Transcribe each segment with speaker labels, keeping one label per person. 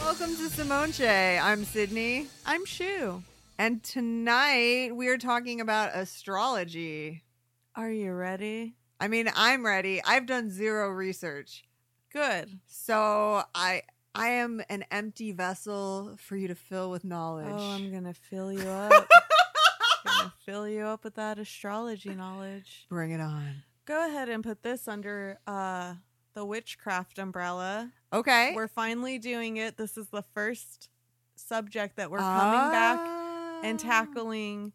Speaker 1: Welcome to Simone Che. I'm Sydney.
Speaker 2: I'm Shu.
Speaker 1: And tonight we are talking about astrology.
Speaker 2: Are you ready?
Speaker 1: I mean, I'm ready. I've done zero research.
Speaker 2: Good.
Speaker 1: So I I am an empty vessel for you to fill with knowledge.
Speaker 2: Oh, I'm gonna fill you up. I'm gonna fill you up with that astrology knowledge.
Speaker 1: Bring it on.
Speaker 2: Go ahead and put this under uh the witchcraft umbrella.
Speaker 1: Okay.
Speaker 2: We're finally doing it. This is the first subject that we're coming back and
Speaker 1: Ah.
Speaker 2: tackling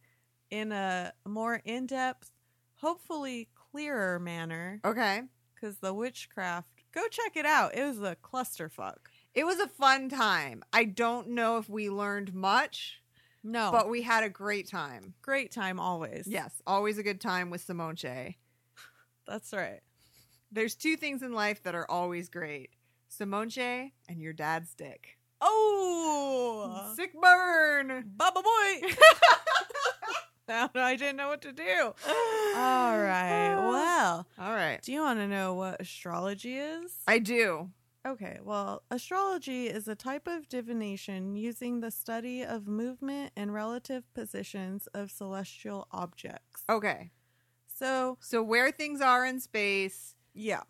Speaker 2: in a more in-depth, hopefully clearer manner.
Speaker 1: Okay.
Speaker 2: Because the witchcraft, go check it out. It was a clusterfuck.
Speaker 1: It was a fun time. I don't know if we learned much,
Speaker 2: No,
Speaker 1: but we had a great time.
Speaker 2: great time always.
Speaker 1: Yes, always a good time with Simone Che.
Speaker 2: that's right.
Speaker 1: There's two things in life that are always great Simone Che and your dad's dick.
Speaker 2: Oh,
Speaker 1: Sick burn.
Speaker 2: Bubba boy. Now I didn't know what to do. All right. Well,
Speaker 1: All right.
Speaker 2: do you want to know what astrology is?
Speaker 1: I do.
Speaker 2: Okay, well, astrology is a type of divination using the study of movement and relative positions of celestial objects.
Speaker 1: Okay.
Speaker 2: So,
Speaker 1: So, where things are in space
Speaker 2: yeah.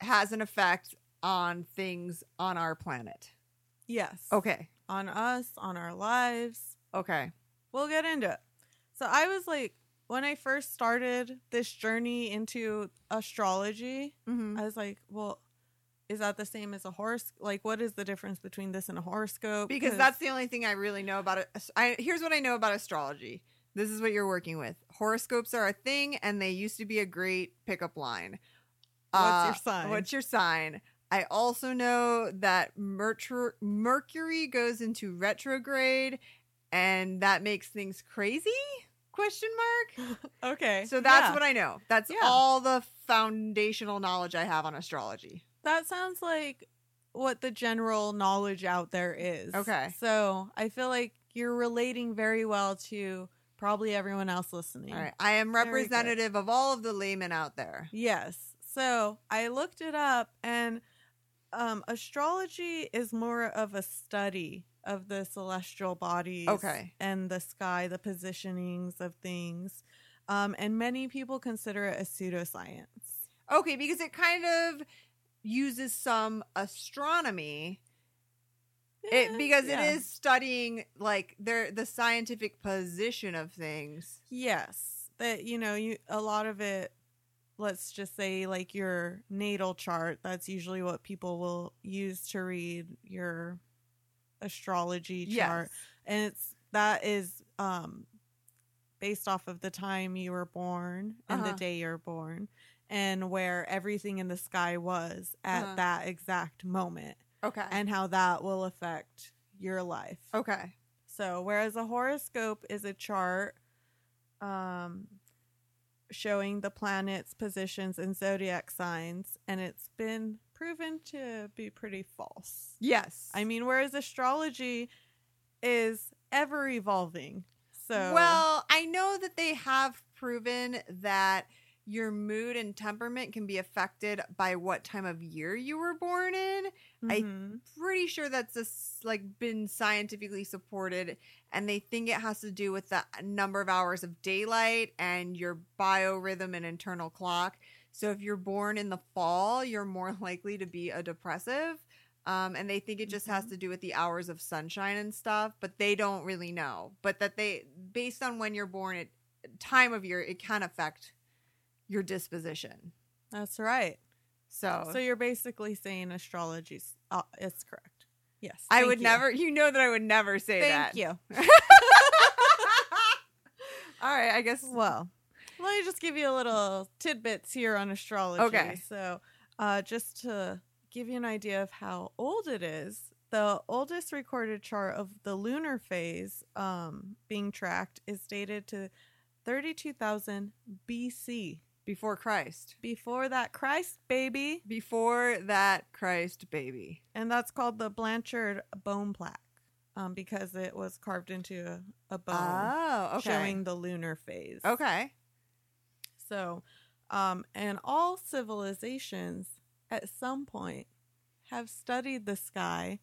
Speaker 1: has an effect on things on our planet.
Speaker 2: Yes.
Speaker 1: Okay.
Speaker 2: On us, on our lives.
Speaker 1: Okay.
Speaker 2: We'll get into it. So, I was like, when I first started this journey into astrology,
Speaker 1: Mm-hmm.
Speaker 2: I was like, well, is that the same as a horse? Like, what is the difference between this and a horoscope?
Speaker 1: Because that's the only thing I really know about it. I, here's what I know about astrology. This is what you're working with. Horoscopes are a thing, and they used to be a great pickup line.
Speaker 2: what's
Speaker 1: Uh,
Speaker 2: your sign?
Speaker 1: What's your sign? I also know that mertur- Mercury goes into retrograde, and that makes things crazy? Question mark.
Speaker 2: okay.
Speaker 1: So that's
Speaker 2: yeah.
Speaker 1: what I know. That's
Speaker 2: Yeah.
Speaker 1: all the foundational knowledge I have on astrology.
Speaker 2: That sounds like what the general knowledge out there is.
Speaker 1: Okay.
Speaker 2: So I feel like you're relating very well to probably everyone else listening.
Speaker 1: All right, I am
Speaker 2: Very good.
Speaker 1: representative of all of the laymen out there.
Speaker 2: Yes. So I looked it up, and um, astrology is more of a study of the celestial bodies
Speaker 1: Okay.
Speaker 2: and the sky, the positionings of things. Um, and many people consider it a pseudoscience.
Speaker 1: Okay, because it kind of uses some astronomy. It because
Speaker 2: Eh, Yeah.
Speaker 1: it is studying like their the scientific position of things.
Speaker 2: Yes, that you know, you a lot of it. Let's just say, like your natal chart. That's usually what people will use to read your astrology chart, and it's that is um based off of the time you were born and
Speaker 1: Uh-huh.
Speaker 2: the day you're born, and where everything in the sky was at
Speaker 1: Uh-huh.
Speaker 2: that exact moment,
Speaker 1: Okay.
Speaker 2: and how that will affect your life.
Speaker 1: okay.
Speaker 2: So, whereas a horoscope is a chart um, showing the planets, positions, and zodiac signs, and it's been proven to be pretty false.
Speaker 1: Yes.
Speaker 2: I mean, whereas astrology is ever evolving. So,
Speaker 1: Well, I know that they have proven that your mood and temperament can be affected by what time of year you were born in. I-
Speaker 2: mhm.
Speaker 1: Pretty sure that's just like been scientifically supported and they think it has to do with the number of hours of daylight and your biorhythm and internal clock. So if you're born in the fall, you're more likely to be a depressive. Um, and they think it just has
Speaker 2: Mhm.
Speaker 1: to do with the hours of sunshine and stuff, but they don't really know. But that they, based on when you're born, it time of year, it can affect your disposition.
Speaker 2: that's right.
Speaker 1: So,
Speaker 2: So, you're basically saying astrology's uh, it's correct. Yes.
Speaker 1: I
Speaker 2: Thank
Speaker 1: would
Speaker 2: you.
Speaker 1: never, you know, that I would never say
Speaker 2: Thank
Speaker 1: that.
Speaker 2: you.
Speaker 1: All right, I guess.
Speaker 2: Well, let me just give you a little tidbits here on astrology.
Speaker 1: Okay.
Speaker 2: So, uh, just to give you an idea of how old it is, the oldest recorded chart of the lunar phase um, being tracked is dated to 32,000 BC.
Speaker 1: before Christ.
Speaker 2: Before that Christ baby,
Speaker 1: Before that Christ baby.
Speaker 2: and that's called the Blanchard bone plaque um, because it was carved into a, a bone,
Speaker 1: Oh, okay. Oh.
Speaker 2: showing the lunar phase.
Speaker 1: okay.
Speaker 2: So, um, and all civilizations at some point have studied the sky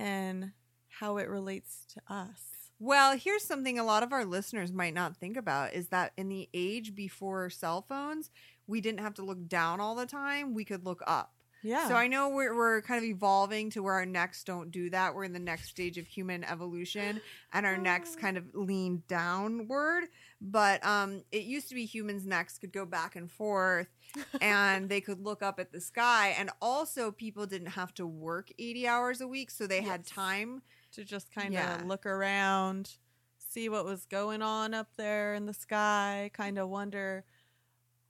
Speaker 2: and how it relates to us.
Speaker 1: Well, here's something a lot of our listeners might not think about is that in the age before cell phones, we didn't have to look down all the time. We could look up.
Speaker 2: Yeah.
Speaker 1: So I know we're, we're kind of evolving to where our necks don't do that. We're in the next stage of human evolution and our necks
Speaker 2: Oh.
Speaker 1: kind of lean downward. But um, it used to be humans' necks could go back and forth and they could look up at the sky. And also, people didn't have to work 80 hours a week. So they had
Speaker 2: Yes.
Speaker 1: time.
Speaker 2: to just kind of
Speaker 1: Yeah.
Speaker 2: look around, see what was going on up there in the sky, kind of wonder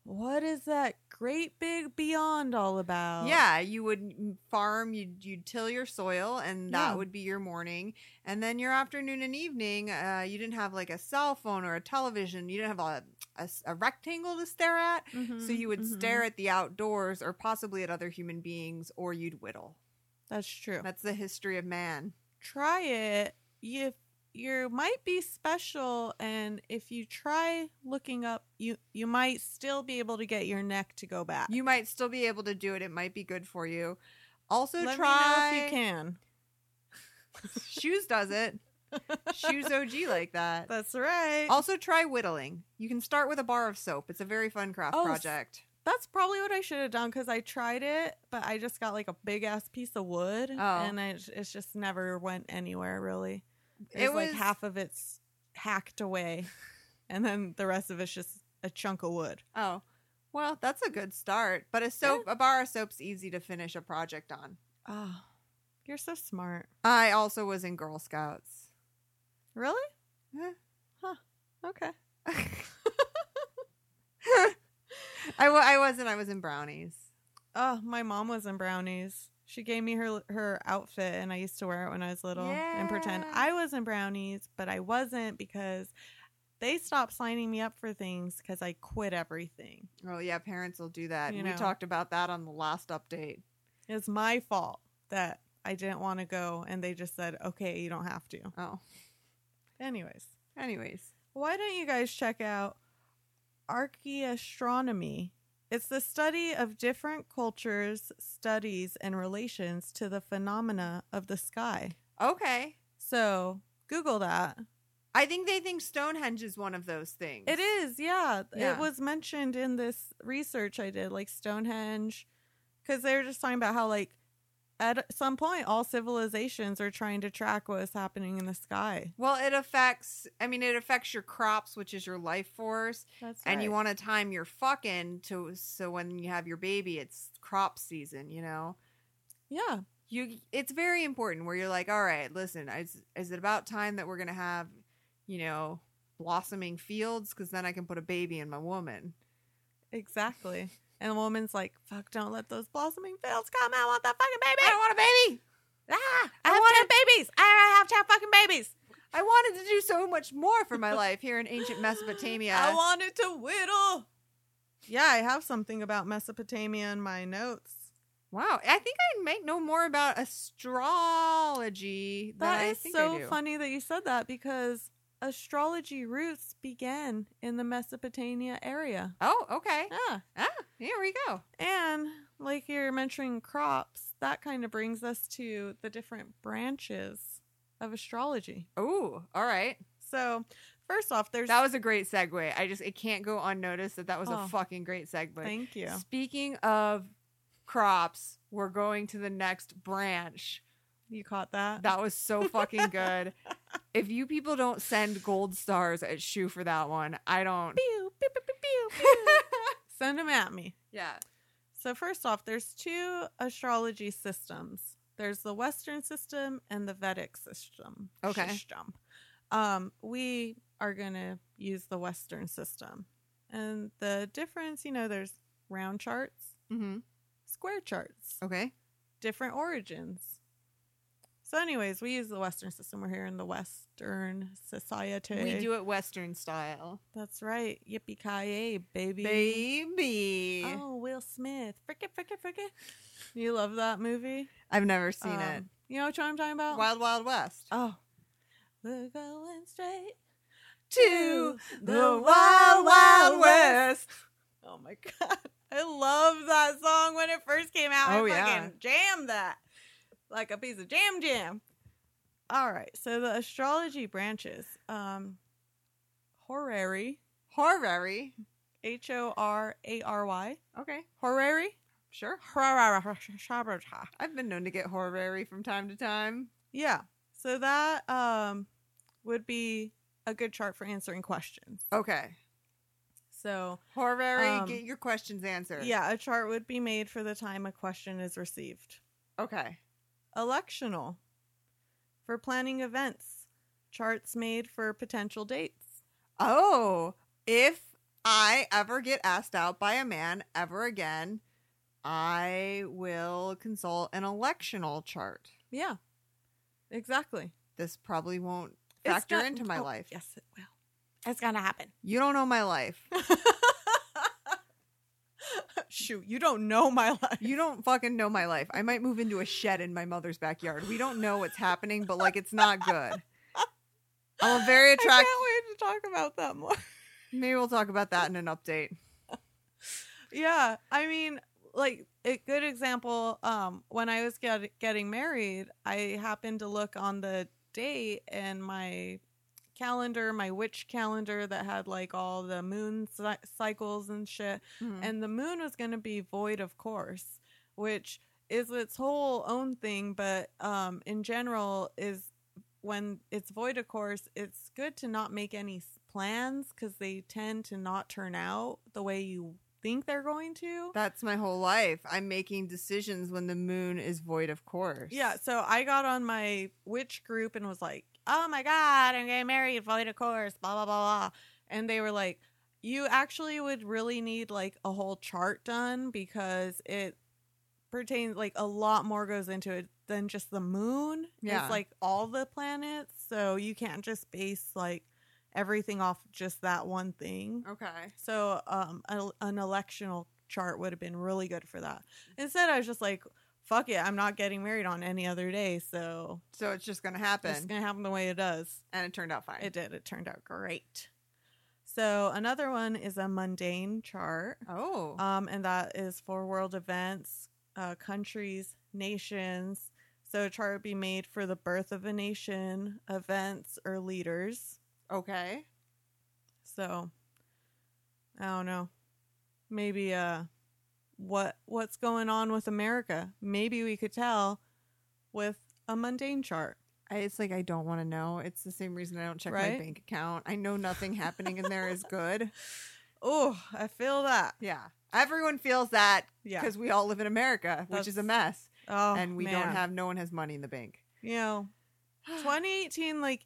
Speaker 2: what is that great big beyond all about?
Speaker 1: Yeah, you would farm, you'd, you'd till your soil, and that
Speaker 2: Yeah.
Speaker 1: would be your morning. And then your afternoon and evening, uh, you didn't have like a cell phone or a television. You didn't have a, a s- a rectangle to stare at.
Speaker 2: Mm-hmm,
Speaker 1: So you would stare at the outdoors or possibly at other human beings, or you'd whittle.
Speaker 2: That's true.
Speaker 1: That's the history of man.
Speaker 2: try it. You you might be special and if you try looking up you you might still be able to get your neck to go back.
Speaker 1: You might still be able to do it, it might be good for you. Also,
Speaker 2: Let
Speaker 1: try.
Speaker 2: me know if you can.
Speaker 1: Shoes does it. Shoes OG like that.
Speaker 2: That's right.
Speaker 1: Also, try whittling. You can start with a bar of soap. It's a very fun craft
Speaker 2: Oh, s-
Speaker 1: project.
Speaker 2: That's probably what I should have done because I tried it, but I just got like a big ass piece of
Speaker 1: Oh.
Speaker 2: wood, and I, it's just never went anywhere really. It,
Speaker 1: It
Speaker 2: was like
Speaker 1: was-
Speaker 2: half of it's hacked away, and then the rest of it's just a chunk of wood.
Speaker 1: Oh, well, that's a good start. But a soap, a bar of soap's easy to finish a project on.
Speaker 2: Oh, you're so smart.
Speaker 1: I also was in Girl Scouts.
Speaker 2: Really?
Speaker 1: Yeah.
Speaker 2: Huh. Okay.
Speaker 1: I, w- I wasn't. I was in brownies.
Speaker 2: Oh, my mom was in brownies. She gave me her her outfit, and I used to wear it when I was little and pretend
Speaker 1: Yeah.
Speaker 2: I was in brownies, but I wasn't because they stopped signing me up for things because I quit everything.
Speaker 1: Oh yeah, parents will do that.
Speaker 2: You
Speaker 1: we
Speaker 2: know.
Speaker 1: talked about that on the last update.
Speaker 2: It's my fault that I didn't want to go and they just said, okay, you don't have to.
Speaker 1: Oh,
Speaker 2: Anyways,
Speaker 1: anyways,
Speaker 2: why don't you guys check out archaeastronomy? It's the study of different cultures, studies, and relations to the phenomena of the sky.
Speaker 1: okay.
Speaker 2: So Google that.
Speaker 1: I think they think Stonehenge is one of those things.
Speaker 2: It is, yeah.
Speaker 1: Yeah.
Speaker 2: It was mentioned in this research I did, like Stonehenge, because they were just talking about how, like, at some point, all civilizations are trying to track what is happening in the sky.
Speaker 1: Well, it affects. I mean, it affects your crops, which is your life force,
Speaker 2: That's
Speaker 1: and you want to time your fucking to so when you have your baby, it's crop season. You know.
Speaker 2: yeah,
Speaker 1: you it's very important where you're like all right listen is, is it about time that we're gonna have you know blossoming fields because then i can put a baby in my woman
Speaker 2: exactly. And the woman's like, "Fuck! Don't let those blossoming fields come. I want that fucking baby.
Speaker 1: i don't want a baby
Speaker 2: ah,
Speaker 1: I
Speaker 2: I, have
Speaker 1: wanted-
Speaker 2: ten babies. I have ten fucking babies.
Speaker 1: i wanted to do so much more for my life here in ancient mesopotamia
Speaker 2: I wanted to whittle. Yeah, I have something about Mesopotamia in my notes.
Speaker 1: wow i think i might know more about astrology
Speaker 2: That
Speaker 1: than
Speaker 2: is
Speaker 1: i think I
Speaker 2: so
Speaker 1: do.
Speaker 2: funny that you said that because astrology roots began in the Mesopotamia area.
Speaker 1: oh okay
Speaker 2: Yeah.
Speaker 1: here we go
Speaker 2: And like you're mentioning crops, that kind of brings us to the different branches of astrology.
Speaker 1: oh all right
Speaker 2: So, first off, there's
Speaker 1: that was a great segue i just it can't go unnoticed that that was
Speaker 2: Oh.
Speaker 1: a fucking great segue
Speaker 2: thank you.
Speaker 1: Speaking of crops, we're going to the next branch.
Speaker 2: You caught that?
Speaker 1: That was so fucking good. if you people don't send gold stars at Shoe for that one, I don't.
Speaker 2: Pew, pew, pew, pew, pew, pew. Send them at me.
Speaker 1: Yeah.
Speaker 2: So first off, there's two astrology systems. There's the Western system and the Vedic system.
Speaker 1: Okay.
Speaker 2: System. Um, we are gonna use the Western system, and the difference, you know, there's round charts,
Speaker 1: Mm-hmm.
Speaker 2: square charts,
Speaker 1: Okay.
Speaker 2: different origins. So, anyways, we use the Western system. We're here in the Western society.
Speaker 1: We do it Western style.
Speaker 2: That's right. Yippee ki baby.
Speaker 1: Baby.
Speaker 2: Oh, Will Smith. Frickin', frickin', frickin'. You love that movie?
Speaker 1: I've never seen
Speaker 2: Um,
Speaker 1: it.
Speaker 2: You know what I'm talking about?
Speaker 1: Wild Wild West.
Speaker 2: oh. We're going straight
Speaker 1: To
Speaker 2: the Wild Wild Oh my god. I love that song when it first came out.
Speaker 1: Oh,
Speaker 2: I
Speaker 1: yeah.
Speaker 2: fucking jammed that. Like a piece of jam jam. All right. So the astrology branches um, horary,
Speaker 1: Horary.
Speaker 2: H O R A R Y,
Speaker 1: Okay,
Speaker 2: horary,
Speaker 1: sure.
Speaker 2: Horary.
Speaker 1: I've been known to get horary from time to time.
Speaker 2: Yeah. So that um, would be a good chart for answering questions.
Speaker 1: Okay.
Speaker 2: So,
Speaker 1: Horary,
Speaker 2: Um,
Speaker 1: get your questions answered.
Speaker 2: yeah, a chart would be made for the time a question is received.
Speaker 1: Okay.
Speaker 2: Electional for planning events, charts made for potential dates.
Speaker 1: Oh, if I ever get asked out by a man ever again, I will consult an electional chart.
Speaker 2: Yeah, exactly.
Speaker 1: This probably won't
Speaker 2: It's
Speaker 1: factor
Speaker 2: not-
Speaker 1: into my
Speaker 2: oh,
Speaker 1: life.
Speaker 2: Yes, it will. It's gonna happen.
Speaker 1: You don't know my life.
Speaker 2: Shoot, you don't know my life.
Speaker 1: You don't fucking know my life. I might move into a shed in my mother's backyard. We don't know what's happening, but like it's not good. I'm a very
Speaker 2: I
Speaker 1: attractive.
Speaker 2: can't wait to talk about that more.
Speaker 1: Maybe we'll talk about that in an update.
Speaker 2: Yeah, I mean, like a good example. Um, when I was get, getting married, I happened to look on the date and my calendar, my witch calendar that had like all the moon cy- cycles and shit,
Speaker 1: And
Speaker 2: and the moon was going to be void, of course, which is its whole own thing. But um, in general, is when it's void, of course, it's good to not make any s- plans because they tend to not turn out the way you think they're going to.
Speaker 1: that's my whole life. I'm making decisions when the moon is void, of course.
Speaker 2: Yeah, so I got on my witch group and was like, "Oh my god, I'm getting married, void of course, blah blah blah blah," and they were like, "You actually would really need like a whole chart done because it pertains like a lot more goes into it than just the moon.
Speaker 1: Yeah.
Speaker 2: It's like all the planets, so you can't just base like everything off just that one thing."
Speaker 1: Okay.
Speaker 2: So um, a, an electional chart would have been really good for that. Instead, I was just like, fuck it, I'm not getting married on any other day. So
Speaker 1: So it's just gonna happen,
Speaker 2: it's going to happen the way it does.
Speaker 1: and it turned out fine.
Speaker 2: It did. It turned out great. So another one is a mundane chart,
Speaker 1: oh.
Speaker 2: um, and that is for world events, uh, countries, nations. So a chart would be made for the birth of a nation, events, or leaders.
Speaker 1: okay.
Speaker 2: So I don't know. Maybe uh what what's going on with America? Maybe we could tell with a mundane chart.
Speaker 1: I, it's like I don't want to know. It's the same reason I don't check my
Speaker 2: Right?
Speaker 1: bank account. I know nothing happening in there is good.
Speaker 2: Oh, I feel that.
Speaker 1: Yeah. Everyone feels that
Speaker 2: Yeah.
Speaker 1: because we all live in America, which is a mess.
Speaker 2: Oh,
Speaker 1: and we don't
Speaker 2: man.
Speaker 1: have no one has money in the bank.
Speaker 2: you know 2018 like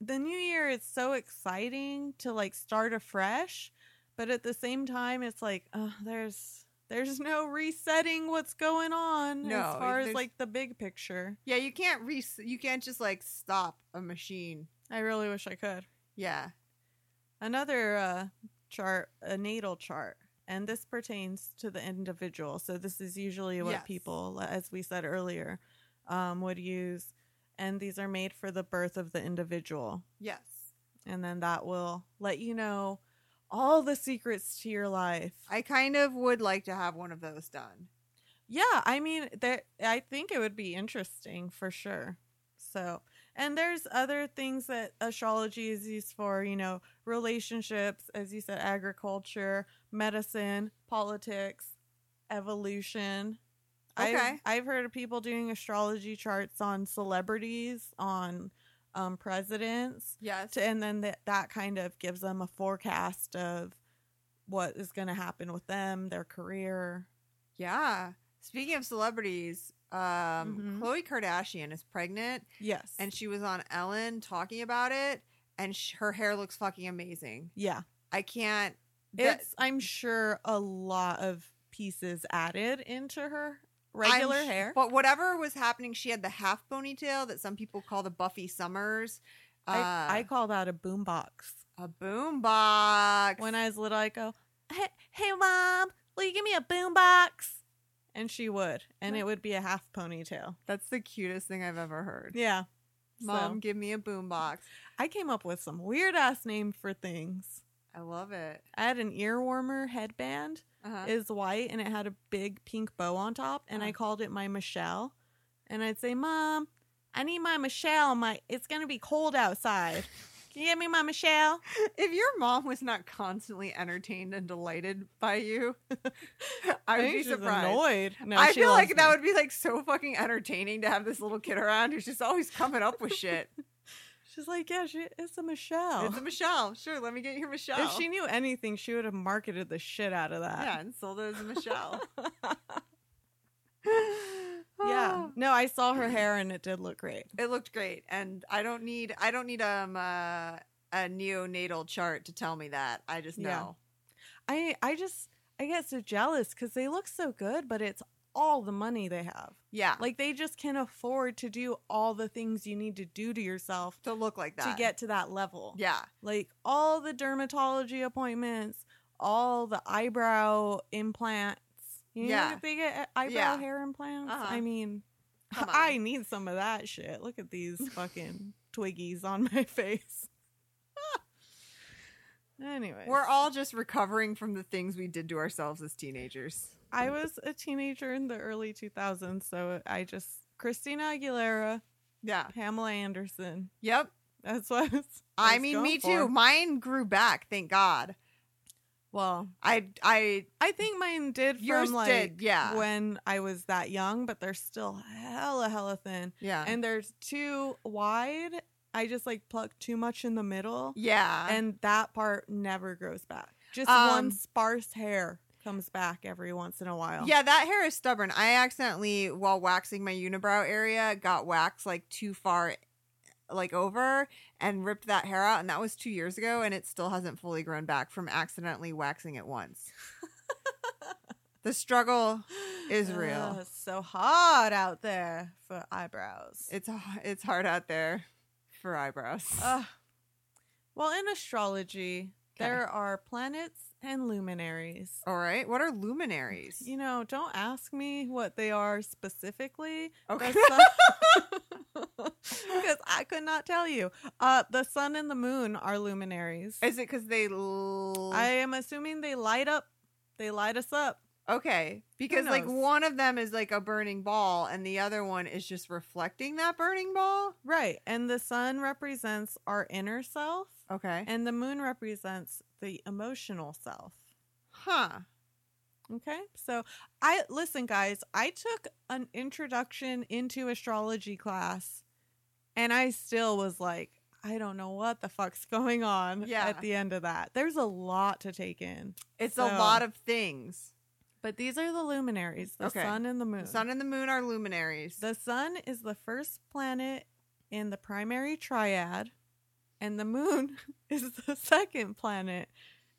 Speaker 2: the new year is so exciting to like start afresh, but at the same time it's like uh, there's there's no resetting what's going on
Speaker 1: No,
Speaker 2: as far as
Speaker 1: there's-
Speaker 2: like the big picture.
Speaker 1: yeah, you can't re you can't just like stop a machine.
Speaker 2: I really wish I could.
Speaker 1: Yeah.
Speaker 2: another uh, chart, a natal chart, and this pertains to the individual. So this is usually what
Speaker 1: Yes.
Speaker 2: people, as we said earlier, um, would use, and these are made for the birth of the individual,
Speaker 1: Yes.
Speaker 2: and then that will let you know all the secrets to your life.
Speaker 1: I kind of would like to have one of those done.
Speaker 2: yeah, I mean, there, I think it would be interesting for sure. So. And there's other things that astrology is used for, you know, relationships, as you said, agriculture, medicine, politics, evolution. I've,
Speaker 1: Okay.
Speaker 2: I've heard of people doing astrology charts on celebrities, on um, presidents,
Speaker 1: Yes.
Speaker 2: to, and then that that kind of gives them a forecast of what is going to happen with them, their career.
Speaker 1: yeah. Speaking of celebrities, um
Speaker 2: Mhm.
Speaker 1: Khloe Kardashian is pregnant
Speaker 2: Yes.
Speaker 1: and she was on Ellen talking about it and sh- her hair looks fucking amazing.
Speaker 2: yeah.
Speaker 1: I can't that-
Speaker 2: It's I'm sure a lot of pieces added into her regular
Speaker 1: I'm sh-
Speaker 2: hair.
Speaker 1: But whatever was happening, she had the half ponytail that some people call the Buffy Summers.
Speaker 2: I,
Speaker 1: Uh,
Speaker 2: I call that a boombox.
Speaker 1: A boom box.
Speaker 2: When I was little, I go, hey, "Hey, mom, will you give me a boombox?" And she would, and it would be a half ponytail.
Speaker 1: That's the cutest thing I've ever heard.
Speaker 2: Yeah,
Speaker 1: Mom,
Speaker 2: So,
Speaker 1: give me a boom box.
Speaker 2: I came up with some weird ass name for things.
Speaker 1: I love it.
Speaker 2: I had an ear warmer headband.
Speaker 1: Uh-huh.
Speaker 2: It was white, and it had a big pink bow on top, and I
Speaker 1: Uh.
Speaker 2: called it my Michelle. And I'd say, "Mom, I need my Michelle. My it's gonna be cold outside. Can you get me my Michelle?
Speaker 1: If your mom was not constantly entertained and delighted by you, I would
Speaker 2: think
Speaker 1: be
Speaker 2: she's
Speaker 1: surprised.
Speaker 2: Annoyed. No,
Speaker 1: I
Speaker 2: she
Speaker 1: feel
Speaker 2: loves
Speaker 1: like that
Speaker 2: me.
Speaker 1: would be like so fucking entertaining to have this little kid around who's just always coming up with shit.
Speaker 2: She's like, yeah, she, it's a Michelle.
Speaker 1: It's a Michelle. Sure, let me get your Michelle.
Speaker 2: If Oh. she knew anything, she would have marketed the shit out of
Speaker 1: yeah,
Speaker 2: that.
Speaker 1: and sold it as a Michelle.
Speaker 2: yeah. No, I saw her hair and it did look great.
Speaker 1: it looked great, and I don't need I don't need um uh, a neonatal chart to tell me that. I just know.
Speaker 2: Yeah. I I just I get so jealous because they look so good, but it's all the money they have.
Speaker 1: Yeah,
Speaker 2: Like they just can afford to do all the things you need to do to yourself
Speaker 1: to look like that
Speaker 2: to get to that level.
Speaker 1: Yeah,
Speaker 2: Like all the dermatology appointments, all the eyebrow implants. You yeah.
Speaker 1: Yeah.
Speaker 2: they get uh, eyebrow
Speaker 1: Yeah.
Speaker 2: hair implants.
Speaker 1: Uh-huh.
Speaker 2: I mean,
Speaker 1: Come on.
Speaker 2: I need some of that shit. Look at these fucking twiggies on my face. anyway,
Speaker 1: we're all just recovering from the things we did to ourselves as teenagers.
Speaker 2: I was a teenager in the early 2000s, so I just Christina Aguilera,
Speaker 1: Yeah.
Speaker 2: Pamela Anderson.
Speaker 1: Yep.
Speaker 2: That's what I, was,
Speaker 1: I
Speaker 2: was
Speaker 1: mean,
Speaker 2: going
Speaker 1: me
Speaker 2: for.
Speaker 1: too. Mine grew back, thank God.
Speaker 2: Well,
Speaker 1: I I
Speaker 2: I think mine did from
Speaker 1: Yours
Speaker 2: like
Speaker 1: did, yeah.
Speaker 2: when I was that young, but they're still hella hella thin,
Speaker 1: yeah
Speaker 2: and they're too wide. I just like plucked too much in the middle,
Speaker 1: yeah
Speaker 2: and that part never grows back. Just
Speaker 1: Um,
Speaker 2: one sparse hair comes back every once in a while.
Speaker 1: yeah. That hair is stubborn. I accidentally, while waxing my unibrow area, got wax like too far, like over, and ripped that hair out. And that was two years ago, and it still hasn't fully grown back from accidentally waxing it once. the struggle is real.
Speaker 2: Ugh, it's so hard out there for eyebrows.
Speaker 1: It's h- it's hard out there for eyebrows.
Speaker 2: Ugh. well, in astrology,
Speaker 1: 'Kay.
Speaker 2: there are planets and luminaries.
Speaker 1: All right, what are luminaries?
Speaker 2: You know, don't ask me what they are specifically.
Speaker 1: Okay.
Speaker 2: Because I could not tell you. Uh, the sun and the moon are luminaries.
Speaker 1: Is it because they? L-
Speaker 2: I am assuming they light up. They light us up.
Speaker 1: Okay, because like
Speaker 2: knows?
Speaker 1: one of them is like a burning ball, and the other one is just reflecting that burning ball.
Speaker 2: Right. And the sun represents our inner self,
Speaker 1: Okay,
Speaker 2: and the moon represents the emotional self.
Speaker 1: huh?
Speaker 2: Okay. So I listen, guys, I took an introduction into astrology class and I still was like, I don't know what the fuck's going on
Speaker 1: Yeah.
Speaker 2: at the end of that. There's a lot to take in.
Speaker 1: It's
Speaker 2: So-
Speaker 1: a lot of things.
Speaker 2: But these are the luminaries, the
Speaker 1: Okay.
Speaker 2: sun and the moon.
Speaker 1: The sun and the moon are luminaries.
Speaker 2: Hmm. the sun is the first planet in the primary triad, and the moon is the second planet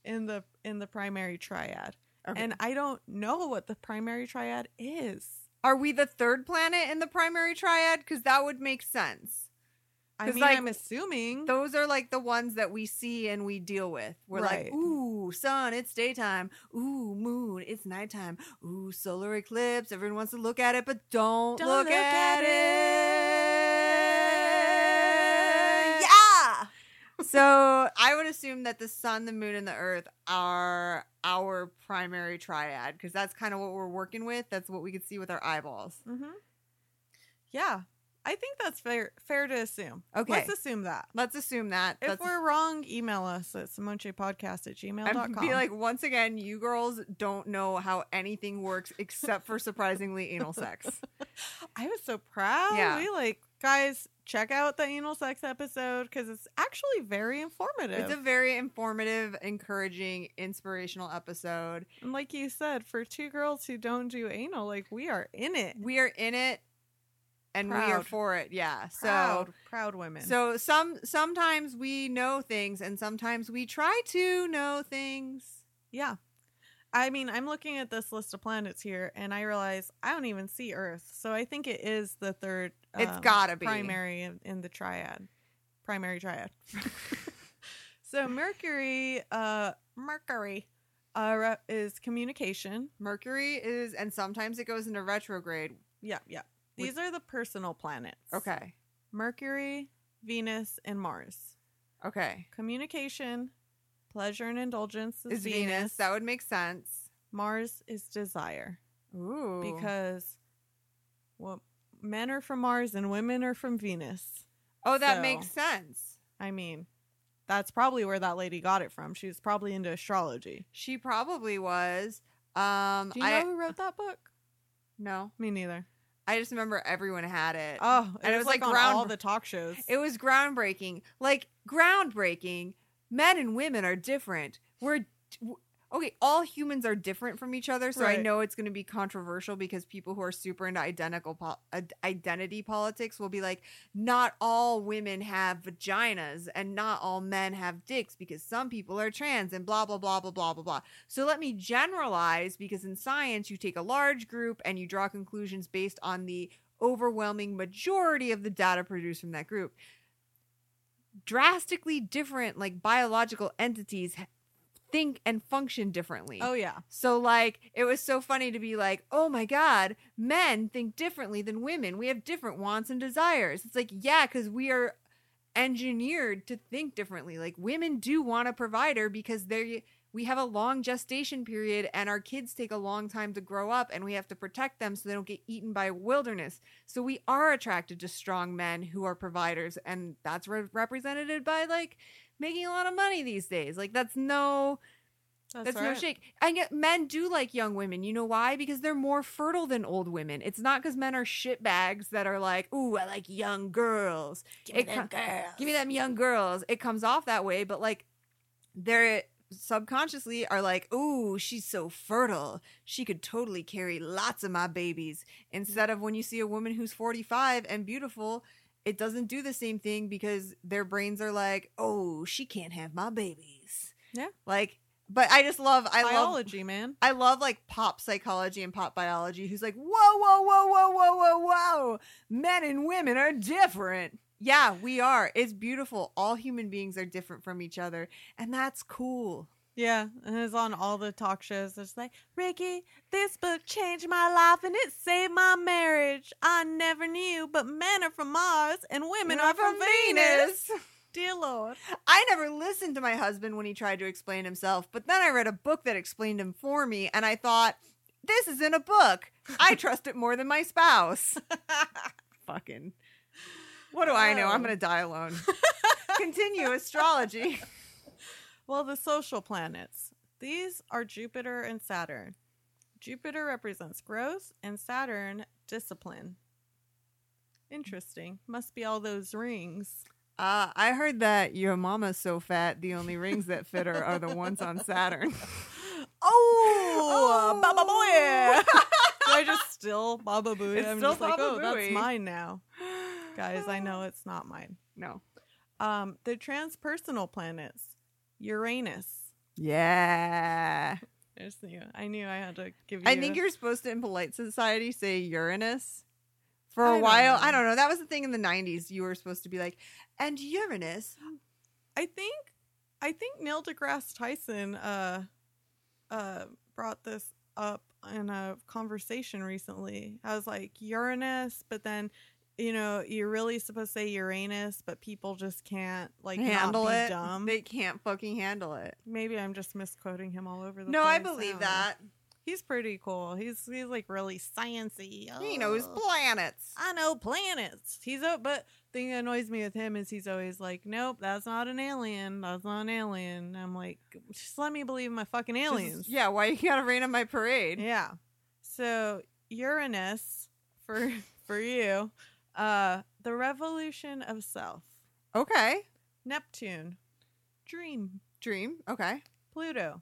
Speaker 2: in the in the primary triad.
Speaker 1: Okay.
Speaker 2: And I don't know what the primary triad is.
Speaker 1: are we the third planet in the primary triad? Because that would make sense.
Speaker 2: I
Speaker 1: 'Cause,
Speaker 2: mean,
Speaker 1: like,
Speaker 2: I'm assuming.
Speaker 1: Those are like the ones that we see and we deal with. We're
Speaker 2: Right.
Speaker 1: like, ooh, sun, it's daytime. Ooh, moon, it's nighttime. Ooh, solar eclipse. Everyone wants to look at it, but don't,
Speaker 2: Don't
Speaker 1: look,
Speaker 2: look
Speaker 1: at,
Speaker 2: at
Speaker 1: it.
Speaker 2: it.
Speaker 1: Yeah. so I would assume that the sun, the moon, and the earth are our primary triad because that's kind of what we're working with. That's what we could see with our eyeballs.
Speaker 2: Mhm. Yeah, I think that's fair. Fair to assume.
Speaker 1: Okay.
Speaker 2: let's assume that.
Speaker 1: Let's assume that.
Speaker 2: If
Speaker 1: that's
Speaker 2: we're wrong, email us at simonchepodcast at gmail.com.
Speaker 1: I'd be like, once again, you girls don't know how anything works except for surprisingly anal sex.
Speaker 2: I was so proud.
Speaker 1: Yeah.
Speaker 2: We like, guys, check out the anal sex episode because it's actually very informative.
Speaker 1: It's a very informative, encouraging, inspirational episode.
Speaker 2: and like you said, for two girls who don't do anal, like we are in it.
Speaker 1: We are in it and we are
Speaker 2: Proud.
Speaker 1: for it. Yeah.
Speaker 2: Proud, proud women.
Speaker 1: So so some sometimes we know things and sometimes we try to know things.
Speaker 2: Yeah. I mean, I'm looking at this list of planets here and I realize I don't even see Earth. So I think it is the third
Speaker 1: It's
Speaker 2: um,
Speaker 1: gotta be.
Speaker 2: primary in, in the triad. Primary triad. so Mercury uh Mercury uh re- is communication.
Speaker 1: Mercury is and sometimes it goes into retrograde.
Speaker 2: Yeah, yeah.
Speaker 1: Which-
Speaker 2: These are the personal planets.
Speaker 1: Okay.
Speaker 2: Mercury, Venus, and Mars.
Speaker 1: Okay.
Speaker 2: Communication, pleasure and indulgence is,
Speaker 1: Is Venus. That would make sense.
Speaker 2: Mars is desire.
Speaker 1: Ooh.
Speaker 2: because what men are from Mars and women are from Venus.
Speaker 1: Oh, that
Speaker 2: So-
Speaker 1: makes sense.
Speaker 2: I mean, that's probably where that lady got it from. She was probably into astrology.
Speaker 1: She probably was. Um,
Speaker 2: Do you
Speaker 1: I
Speaker 2: know who wrote that book?
Speaker 1: no,
Speaker 2: Me neither.
Speaker 1: I just remember everyone had it.
Speaker 2: Oh, it
Speaker 1: And
Speaker 2: was, like, on
Speaker 1: ground-
Speaker 2: all the talk shows.
Speaker 1: It was groundbreaking. Like groundbreaking. Men and women are different. We're w- okay. All humans are different from each other, so I
Speaker 2: Right.
Speaker 1: know it's going to be controversial because people who are super into identical po- ad- identity politics will be like, not all women have vaginas and not all men have dicks because some people are trans and blah blah blah blah blah blah blah. So let me generalize because in science you take a large group and you draw conclusions based on the overwhelming majority of the data produced from that group. Drastically different like biological entities h- think and function differently.
Speaker 2: oh yeah.
Speaker 1: So like it was so funny to be like, "Oh my god, men think differently than women. We have different wants and desires." It's like, "Yeah, cuz we are engineered to think differently. Like women do want a provider because they we have a long gestation period and our kids take a long time to grow up and we have to protect them so they don't get eaten by wilderness. So we are attracted to strong men who are providers and that's re- represented by like making a lot of money these days. Like that's no
Speaker 2: That's,
Speaker 1: that's no
Speaker 2: right.
Speaker 1: shake. And yet men do like young women. You know why? Because they're more fertile than old women. It's not because men are shitbags that are like, ooh, I like young girls.
Speaker 2: Give me
Speaker 1: It
Speaker 2: them
Speaker 1: co-
Speaker 2: girls.
Speaker 1: Give me them young girls. It comes off that way, but like they're subconsciously are like, ooh, she's so fertile. She could totally carry lots of my babies. Instead of when you see a woman who's 45 and beautiful, it doesn't do the same thing because their brains are like, oh, she can't have my babies.
Speaker 2: Yeah.
Speaker 1: Like, but I just love, I love
Speaker 2: biology, man.
Speaker 1: I love like pop psychology and pop biology who's like, whoa, whoa, whoa, whoa, whoa, whoa, whoa. Men and women are different. Yeah, we are. It's beautiful. All human beings are different from each other. And that's cool.
Speaker 2: Yeah, and it's on all the talk shows. It's like, Ricky, this book changed my life and it saved my marriage. I never knew, but men are from Mars and women are from Venus. Dear Lord.
Speaker 1: I never listened to my husband when he tried to explain himself, but then I read a book that explained him for me and I thought, this is in a book. I trust it more than my spouse. Fucking. What do I know? I'm
Speaker 2: Oh.
Speaker 1: going to die alone. Continue astrology.
Speaker 2: Well, the social planets. These are Jupiter and Saturn. Jupiter represents growth and Saturn discipline. Interesting. Must be all those rings.
Speaker 1: Uh, I heard that your mama's so fat, the only rings that fit her are the ones on Saturn.
Speaker 2: Oh, Baba
Speaker 1: Oh.
Speaker 2: Booey! Did I just steal Baba Booey?
Speaker 1: It's
Speaker 2: I'm
Speaker 1: still
Speaker 2: just like,
Speaker 1: Baba
Speaker 2: oh,
Speaker 1: Booey."
Speaker 2: that's mine now, guys. I know it's not mine.
Speaker 1: No.
Speaker 2: Um, the transpersonal planets, Uranus.
Speaker 1: Yeah.
Speaker 2: I just knew. I knew I had to give you.
Speaker 1: I think you're supposed to, in polite society, say Uranus. For
Speaker 2: I
Speaker 1: a
Speaker 2: don't
Speaker 1: while,
Speaker 2: know.
Speaker 1: I don't know. That was the thing in the 90s. You were supposed to be like, and Uranus.
Speaker 2: I think. I think Neil deGrasse Tyson uh, uh, brought this up in a conversation recently. I was like Uranus, but then. You know, you're really supposed to say Uranus, but people just can't like not
Speaker 1: handle
Speaker 2: be
Speaker 1: it.
Speaker 2: Dumb.
Speaker 1: They can't fucking handle it.
Speaker 2: Maybe I'm just misquoting him all over the
Speaker 1: No, I
Speaker 2: place. don't
Speaker 1: believe
Speaker 2: know.
Speaker 1: that.
Speaker 2: He's pretty cool. He's he's like really sciencey.
Speaker 1: He knows
Speaker 2: Ugh.
Speaker 1: planets.
Speaker 2: I know planets. He's a but thing that annoys me with him is he's always like, Nope, that's not an alien. That's not an alien. I'm like, just let me believe my fucking
Speaker 1: Just-
Speaker 2: aliens.
Speaker 1: yeah, why you gotta rain on my parade?
Speaker 2: Yeah. So Uranus for for you. Uh the revolution of self.
Speaker 1: Okay.
Speaker 2: Neptune. Dream.
Speaker 1: Dream. Okay.
Speaker 2: Pluto.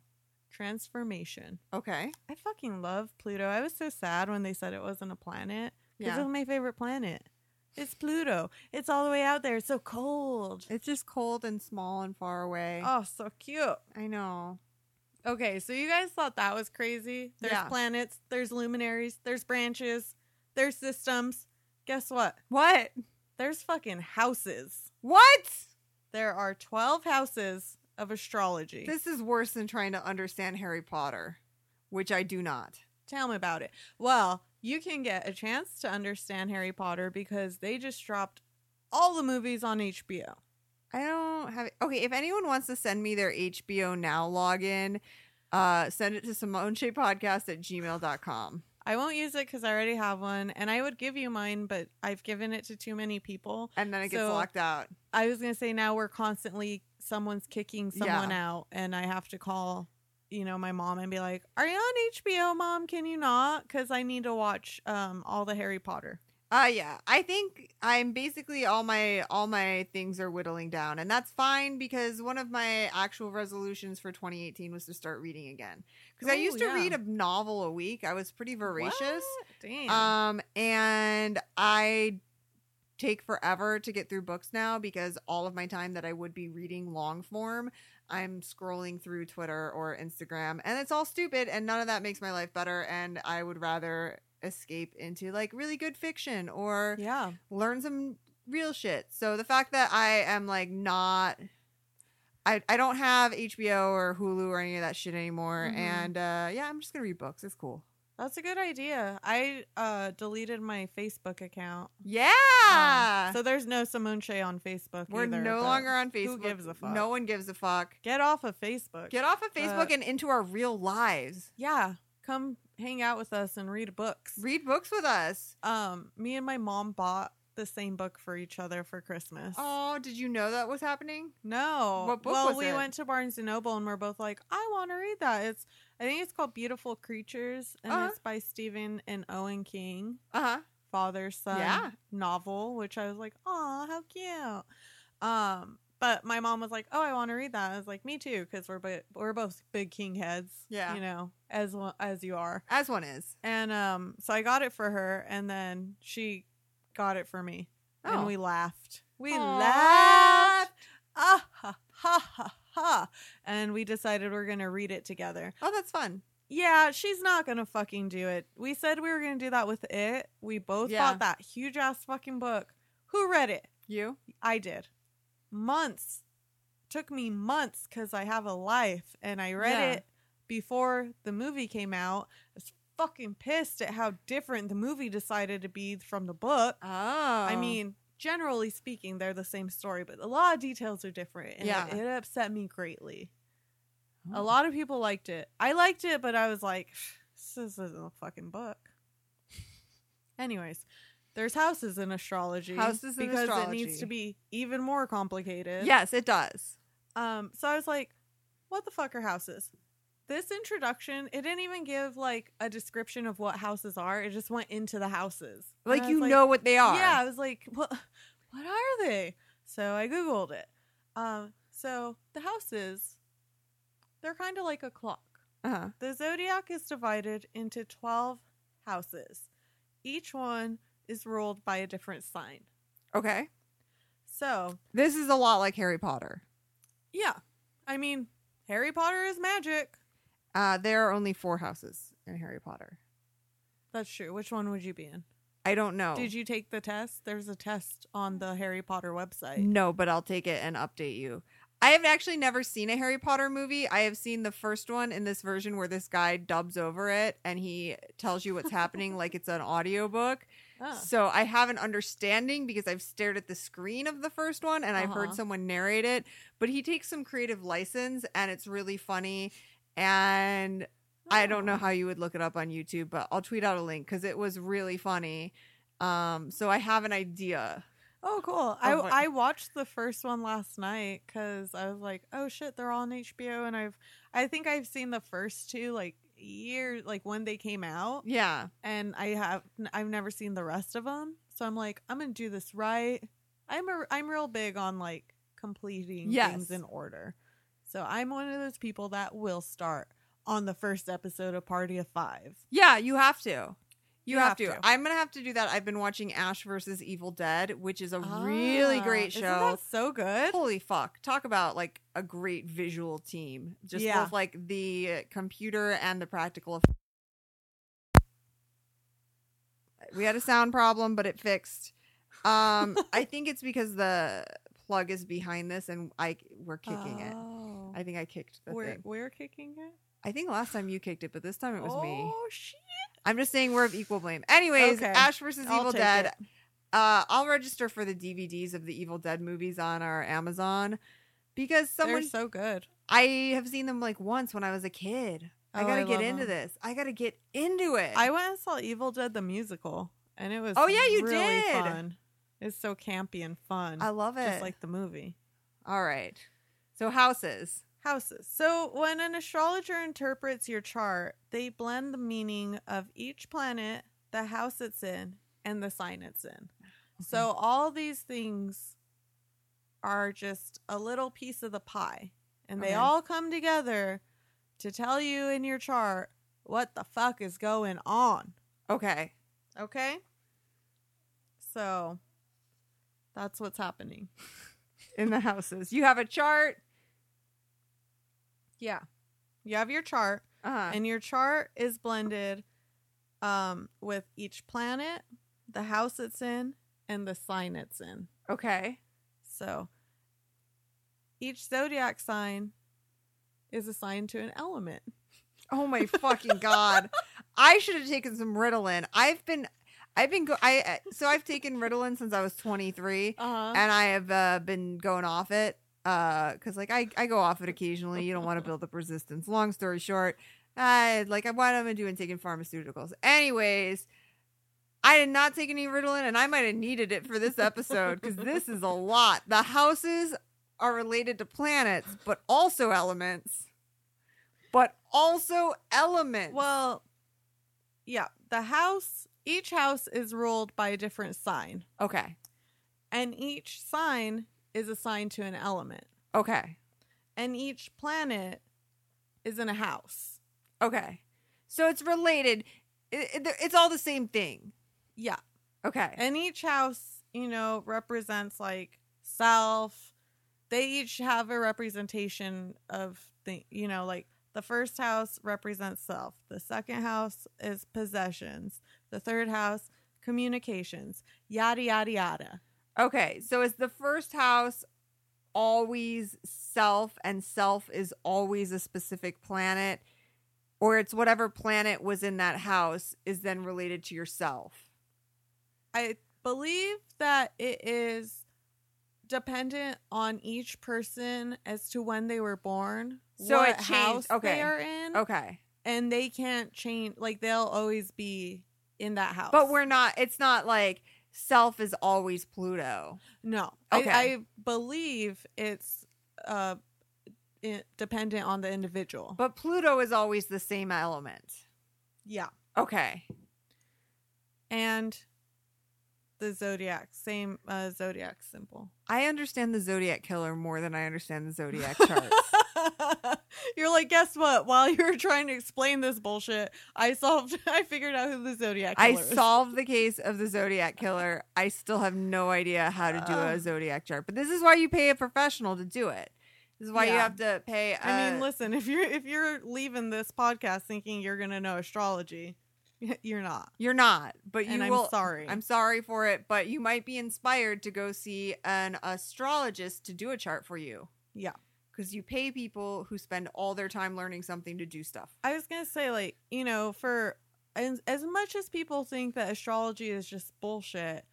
Speaker 2: Transformation.
Speaker 1: Okay.
Speaker 2: I fucking love Pluto. I was so sad when they said it wasn't a planet. Because
Speaker 1: Yeah.
Speaker 2: it's my favorite planet. It's Pluto. It's all the way out there. It's so cold.
Speaker 1: It's just cold and small and far away.
Speaker 2: Oh, so cute.
Speaker 1: I know.
Speaker 2: Okay, so you guys thought that was crazy. There's
Speaker 1: Yeah.
Speaker 2: planets, there's luminaries, there's branches, there's systems. Guess what?
Speaker 1: What?
Speaker 2: There's fucking houses.
Speaker 1: What?
Speaker 2: There are 12 houses of astrology.
Speaker 1: This is worse than trying to understand Harry Potter, which I do not.
Speaker 2: Tell me about it. Well, you can get a chance to understand Harry Potter because they just dropped all the movies on HBO.
Speaker 1: I don't have. Okay, if anyone wants to send me their HBO Now login, uh, send it to Simone Podcast at gmail.com.
Speaker 2: I won't use it because I already have one, and I would give you mine, but I've given it to too many people.
Speaker 1: and then it gets
Speaker 2: So-
Speaker 1: locked out.
Speaker 2: I was gonna say now we're constantly someone's kicking someone out, and I have to call, you know, my mom and be like, "Are you on HBO, mom? Can you not? Because I need to watch um all the Harry Potter."
Speaker 1: Uh yeah. I think I'm basically all my all my things are whittling down and that's fine because one of my actual resolutions for 2018 was to start reading again. Cuz I
Speaker 2: Ooh,
Speaker 1: used to
Speaker 2: Oh, yeah.
Speaker 1: read a novel a week. I was pretty voracious.
Speaker 2: What? Damn.
Speaker 1: Um and I take forever to get through books now because all of my time that I would be reading long form, I'm scrolling through Twitter or Instagram and it's all stupid and none of that makes my life better and I would rather escape into like really good fiction or
Speaker 2: yeah.
Speaker 1: learn some real shit. So the fact that I am like not I, I don't have HBO or Hulu or any of that shit anymore.
Speaker 2: Mhm.
Speaker 1: And uh, yeah, I'm just going to read books. It's cool.
Speaker 2: That's a good idea. I uh, deleted my Facebook account. Um,
Speaker 1: Yeah.
Speaker 2: so there's no Simone Shea on Facebook.
Speaker 1: Ah, We're
Speaker 2: either,
Speaker 1: no
Speaker 2: but
Speaker 1: longer on Facebook.
Speaker 2: who gives a fuck?
Speaker 1: No one gives a fuck.
Speaker 2: Get off of Facebook.
Speaker 1: Get off of Facebook
Speaker 2: Uh,
Speaker 1: and into our real lives.
Speaker 2: yeah. Come hang out with us and read books.
Speaker 1: Read books with us.
Speaker 2: um, me and my mom bought the same book for each other for Christmas.
Speaker 1: Oh, did you know that was happening?
Speaker 2: No.
Speaker 1: What book
Speaker 2: well,
Speaker 1: was
Speaker 2: we
Speaker 1: it?
Speaker 2: went to Barnes and Noble and we're both like, I want to read that. It's I think it's called Beautiful Creatures and
Speaker 1: Uh-huh.
Speaker 2: it's by Stephen and Owen King.
Speaker 1: Uh huh.
Speaker 2: father son
Speaker 1: Yeah.
Speaker 2: novel, which I was like, oh, how cute. Um, but my mom was like, oh, I want to read that. I was like, me too, because we're bo- we're both big king heads,
Speaker 1: Yeah.
Speaker 2: you know, as well as you are.
Speaker 1: As one is.
Speaker 2: And um, so I got it for her, and then she got it for me,
Speaker 1: Oh.
Speaker 2: and we laughed. We
Speaker 1: Aw.
Speaker 2: laughed. Ah, ha, ha, ha, ha. And we decided we're gonna read it together.
Speaker 1: Oh, that's fun.
Speaker 2: Yeah, she's not gonna fucking do it. We said we were gonna do that with it. We both
Speaker 1: Yeah.
Speaker 2: bought that huge ass fucking book. Who read it?
Speaker 1: You?
Speaker 2: I did. Months. Took me months because I have a life and I read
Speaker 1: Yeah.
Speaker 2: it before the movie came out. I was fucking pissed at how different the movie decided to be from the book.
Speaker 1: Oh.
Speaker 2: I mean, generally speaking, they're the same story, but a lot of details are different. And
Speaker 1: Yeah.
Speaker 2: it, it upset me greatly. A
Speaker 1: Oh.
Speaker 2: lot of people liked it. I liked it, but I was like, this isn't a fucking book. Anyways, there's houses in astrology.
Speaker 1: Houses in
Speaker 2: because it
Speaker 1: astrology.
Speaker 2: needs to be even more complicated.
Speaker 1: Yes, it does.
Speaker 2: Um, so I was like, what the fuck are houses? This introduction, it didn't even give like a description of what houses are. It just went into the houses. And
Speaker 1: Like
Speaker 2: I
Speaker 1: you
Speaker 2: was
Speaker 1: know what they are.
Speaker 2: yeah, I was like, what? What are they? So I googled it. Um, so the houses, they're kind of like a clock.
Speaker 1: Uh-huh.
Speaker 2: The zodiac is divided into twelve houses. Each one is ruled by a different sign.
Speaker 1: Okay.
Speaker 2: So
Speaker 1: This is a lot like Harry Potter.
Speaker 2: yeah, I mean, Harry Potter is magic.
Speaker 1: Uh, there are only four houses in Harry Potter.
Speaker 2: That's true. Which one would you be in?
Speaker 1: I don't know.
Speaker 2: Did you take the test? There's a test on the Harry Potter website.
Speaker 1: No, but I'll take it and update you. I have actually never seen a Harry Potter movie. I have seen the first one in this version where this guy dubs over it and he tells you what's happening like it's an audiobook.
Speaker 2: Ah.
Speaker 1: So I have an understanding because I've stared at the screen of the first one and I've heard
Speaker 2: Uh-huh.
Speaker 1: someone narrate it. But he takes some creative license and it's really funny. And I don't know
Speaker 2: Oh.
Speaker 1: how you would look it up on YouTube, but I'll tweet out a link because it was really funny. Um, so I have an idea.
Speaker 2: Oh, cool! I,
Speaker 1: what-
Speaker 2: I watched the first one last night because I was like, "Oh shit, they're all on HBO," and I've I think I've seen the first two like years, like when they came out,
Speaker 1: Yeah.
Speaker 2: and I have I've never seen the rest of them. So I'm like, I'm gonna do this right. I'm a I'm real big on like completing
Speaker 1: Yes.
Speaker 2: things in order. So I'm one of those people that will start on the first episode of Party of Five.
Speaker 1: Yeah, you have to. You,
Speaker 2: You
Speaker 1: have,
Speaker 2: have
Speaker 1: to.
Speaker 2: to.
Speaker 1: I'm gonna have to do that. I've been watching Ash versus Evil Dead, which is a really
Speaker 2: Ah,
Speaker 1: great
Speaker 2: Isn't
Speaker 1: show.
Speaker 2: that so good?
Speaker 1: Holy fuck! Talk about like a great visual team. Just
Speaker 2: Yeah.
Speaker 1: both like the computer and the practical. eff- We had a sound problem, but it fixed. Um, I think it's because the plug is behind this, and I we're kicking it.
Speaker 2: Oh.
Speaker 1: I think I kicked the
Speaker 2: we're,
Speaker 1: thing.
Speaker 2: we're kicking it.
Speaker 1: I think last time you kicked it, but this time it was me.
Speaker 2: Oh shit!
Speaker 1: I'm just saying we're of equal blame. Anyways,
Speaker 2: Okay.
Speaker 1: Ash versus
Speaker 2: I'll
Speaker 1: Evil
Speaker 2: take
Speaker 1: Dead.
Speaker 2: it.
Speaker 1: Uh, I'll register for the DVDs of the Evil Dead movies on our Amazon because someone
Speaker 2: They're so good.
Speaker 1: I have seen them like once when I was a kid. I
Speaker 2: Oh,
Speaker 1: gotta get
Speaker 2: love
Speaker 1: into
Speaker 2: them.
Speaker 1: this. I gotta get into it.
Speaker 2: I went and saw Evil Dead the musical, and it was
Speaker 1: Oh, yeah, you
Speaker 2: really
Speaker 1: did.
Speaker 2: Fun. It's so campy and fun,
Speaker 1: I love it.
Speaker 2: just like the movie.
Speaker 1: All right. So houses.
Speaker 2: Houses. So when an astrologer interprets your chart, they blend the meaning of each planet, the house it's in, and the sign it's in. So all these things are just a little piece of the pie, and they
Speaker 1: Okay.
Speaker 2: all come together to tell you in your chart what the fuck is going on.
Speaker 1: Okay.
Speaker 2: Okay? So that's what's happening.
Speaker 1: In the houses. You have a chart.
Speaker 2: Yeah. You have your chart
Speaker 1: Uh-huh.
Speaker 2: and your chart is blended um with each planet, the house it's in, and the sign it's in.
Speaker 1: Okay.
Speaker 2: So each zodiac sign is assigned to an element.
Speaker 1: Oh my fucking god! I should have taken some Ritalin. I've been, I've been go. I uh, so I've taken Ritalin since I was twenty three,
Speaker 2: Uh-huh.
Speaker 1: and I have uh, been going off it. Uh, cause like I, I go off it occasionally. You don't want to build up resistance. Long story short, uh, like what am I doing taking pharmaceuticals? Anyways, I did not take any Ritalin, and I might have needed it for this episode because this is a lot. The houses are related to planets, but also elements. But also elements.
Speaker 2: Well, yeah, the house each house is ruled by a different sign,
Speaker 1: okay,
Speaker 2: and each sign is assigned to an element.
Speaker 1: okay,
Speaker 2: and each planet is in a house.
Speaker 1: okay. So it's related. It- it- it's all the same thing.
Speaker 2: Yeah.
Speaker 1: Okay.
Speaker 2: And each house, you know, represents like self. They each have a representation of the, you know, like the first house represents self. The second house is possessions. The third house, communications. Yada, yada, yada.
Speaker 1: Okay, so is the first house always self, and self is always a specific planet, or it's whatever planet was in that house is then related to yourself?
Speaker 2: I believe that it is dependent on each person as to when they were born,
Speaker 1: So
Speaker 2: what
Speaker 1: it changed-
Speaker 2: house
Speaker 1: okay.
Speaker 2: they are in,
Speaker 1: Okay,
Speaker 2: and they can't change. Like they'll always be in that house.
Speaker 1: but we're not. It's not like self is always Pluto.
Speaker 2: no.
Speaker 1: Okay.
Speaker 2: I, I believe it's uh i- dependent on the individual.
Speaker 1: But Pluto is always the same element.
Speaker 2: yeah,
Speaker 1: Okay,
Speaker 2: and the zodiac, same uh, zodiac symbol.
Speaker 1: I understand the zodiac killer more than I understand the zodiac charts.
Speaker 2: You're like, guess what? While you were trying to explain this bullshit, I solved. I figured out who the Zodiac
Speaker 1: I
Speaker 2: killer is.
Speaker 1: solved the case of the Zodiac killer. I still have no idea how to do
Speaker 2: Oh.
Speaker 1: a Zodiac chart, but this is why you pay a professional to do it. This is why you
Speaker 2: Yeah.
Speaker 1: have to pay.
Speaker 2: I mean,
Speaker 1: uh,
Speaker 2: listen, if you're if you're leaving this podcast thinking you're gonna know astrology, you're not.
Speaker 1: you're not, but you
Speaker 2: And I'm
Speaker 1: will.
Speaker 2: sorry.
Speaker 1: I'm sorry for it, but you might be inspired to go see an astrologist to do a chart for you.
Speaker 2: Yeah.
Speaker 1: because you pay people who spend all their time learning something to do stuff.
Speaker 2: I was gonna say, like, you know, for as, as much as people think that astrology is just bullshit,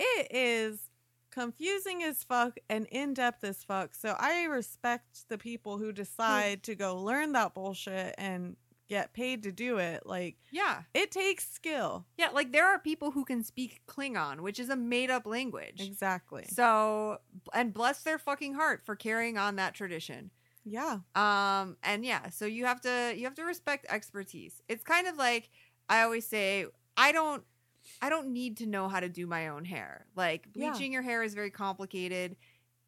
Speaker 2: it is confusing as fuck and in depth as fuck. So I respect the people
Speaker 1: Hmm.
Speaker 2: who decide to go learn that bullshit and get paid to do it. Like,
Speaker 1: Yeah,
Speaker 2: it takes skill.
Speaker 1: yeah. Like there are people who can speak Klingon, which is a made up language.
Speaker 2: Exactly.
Speaker 1: So, and bless their fucking heart for carrying on that tradition.
Speaker 2: yeah.
Speaker 1: Um, and yeah, so you have to you have to respect expertise. It's kind of like I always say, I don't I don't need to know how to do my own hair. Like
Speaker 2: Yeah.
Speaker 1: bleaching your hair is very complicated.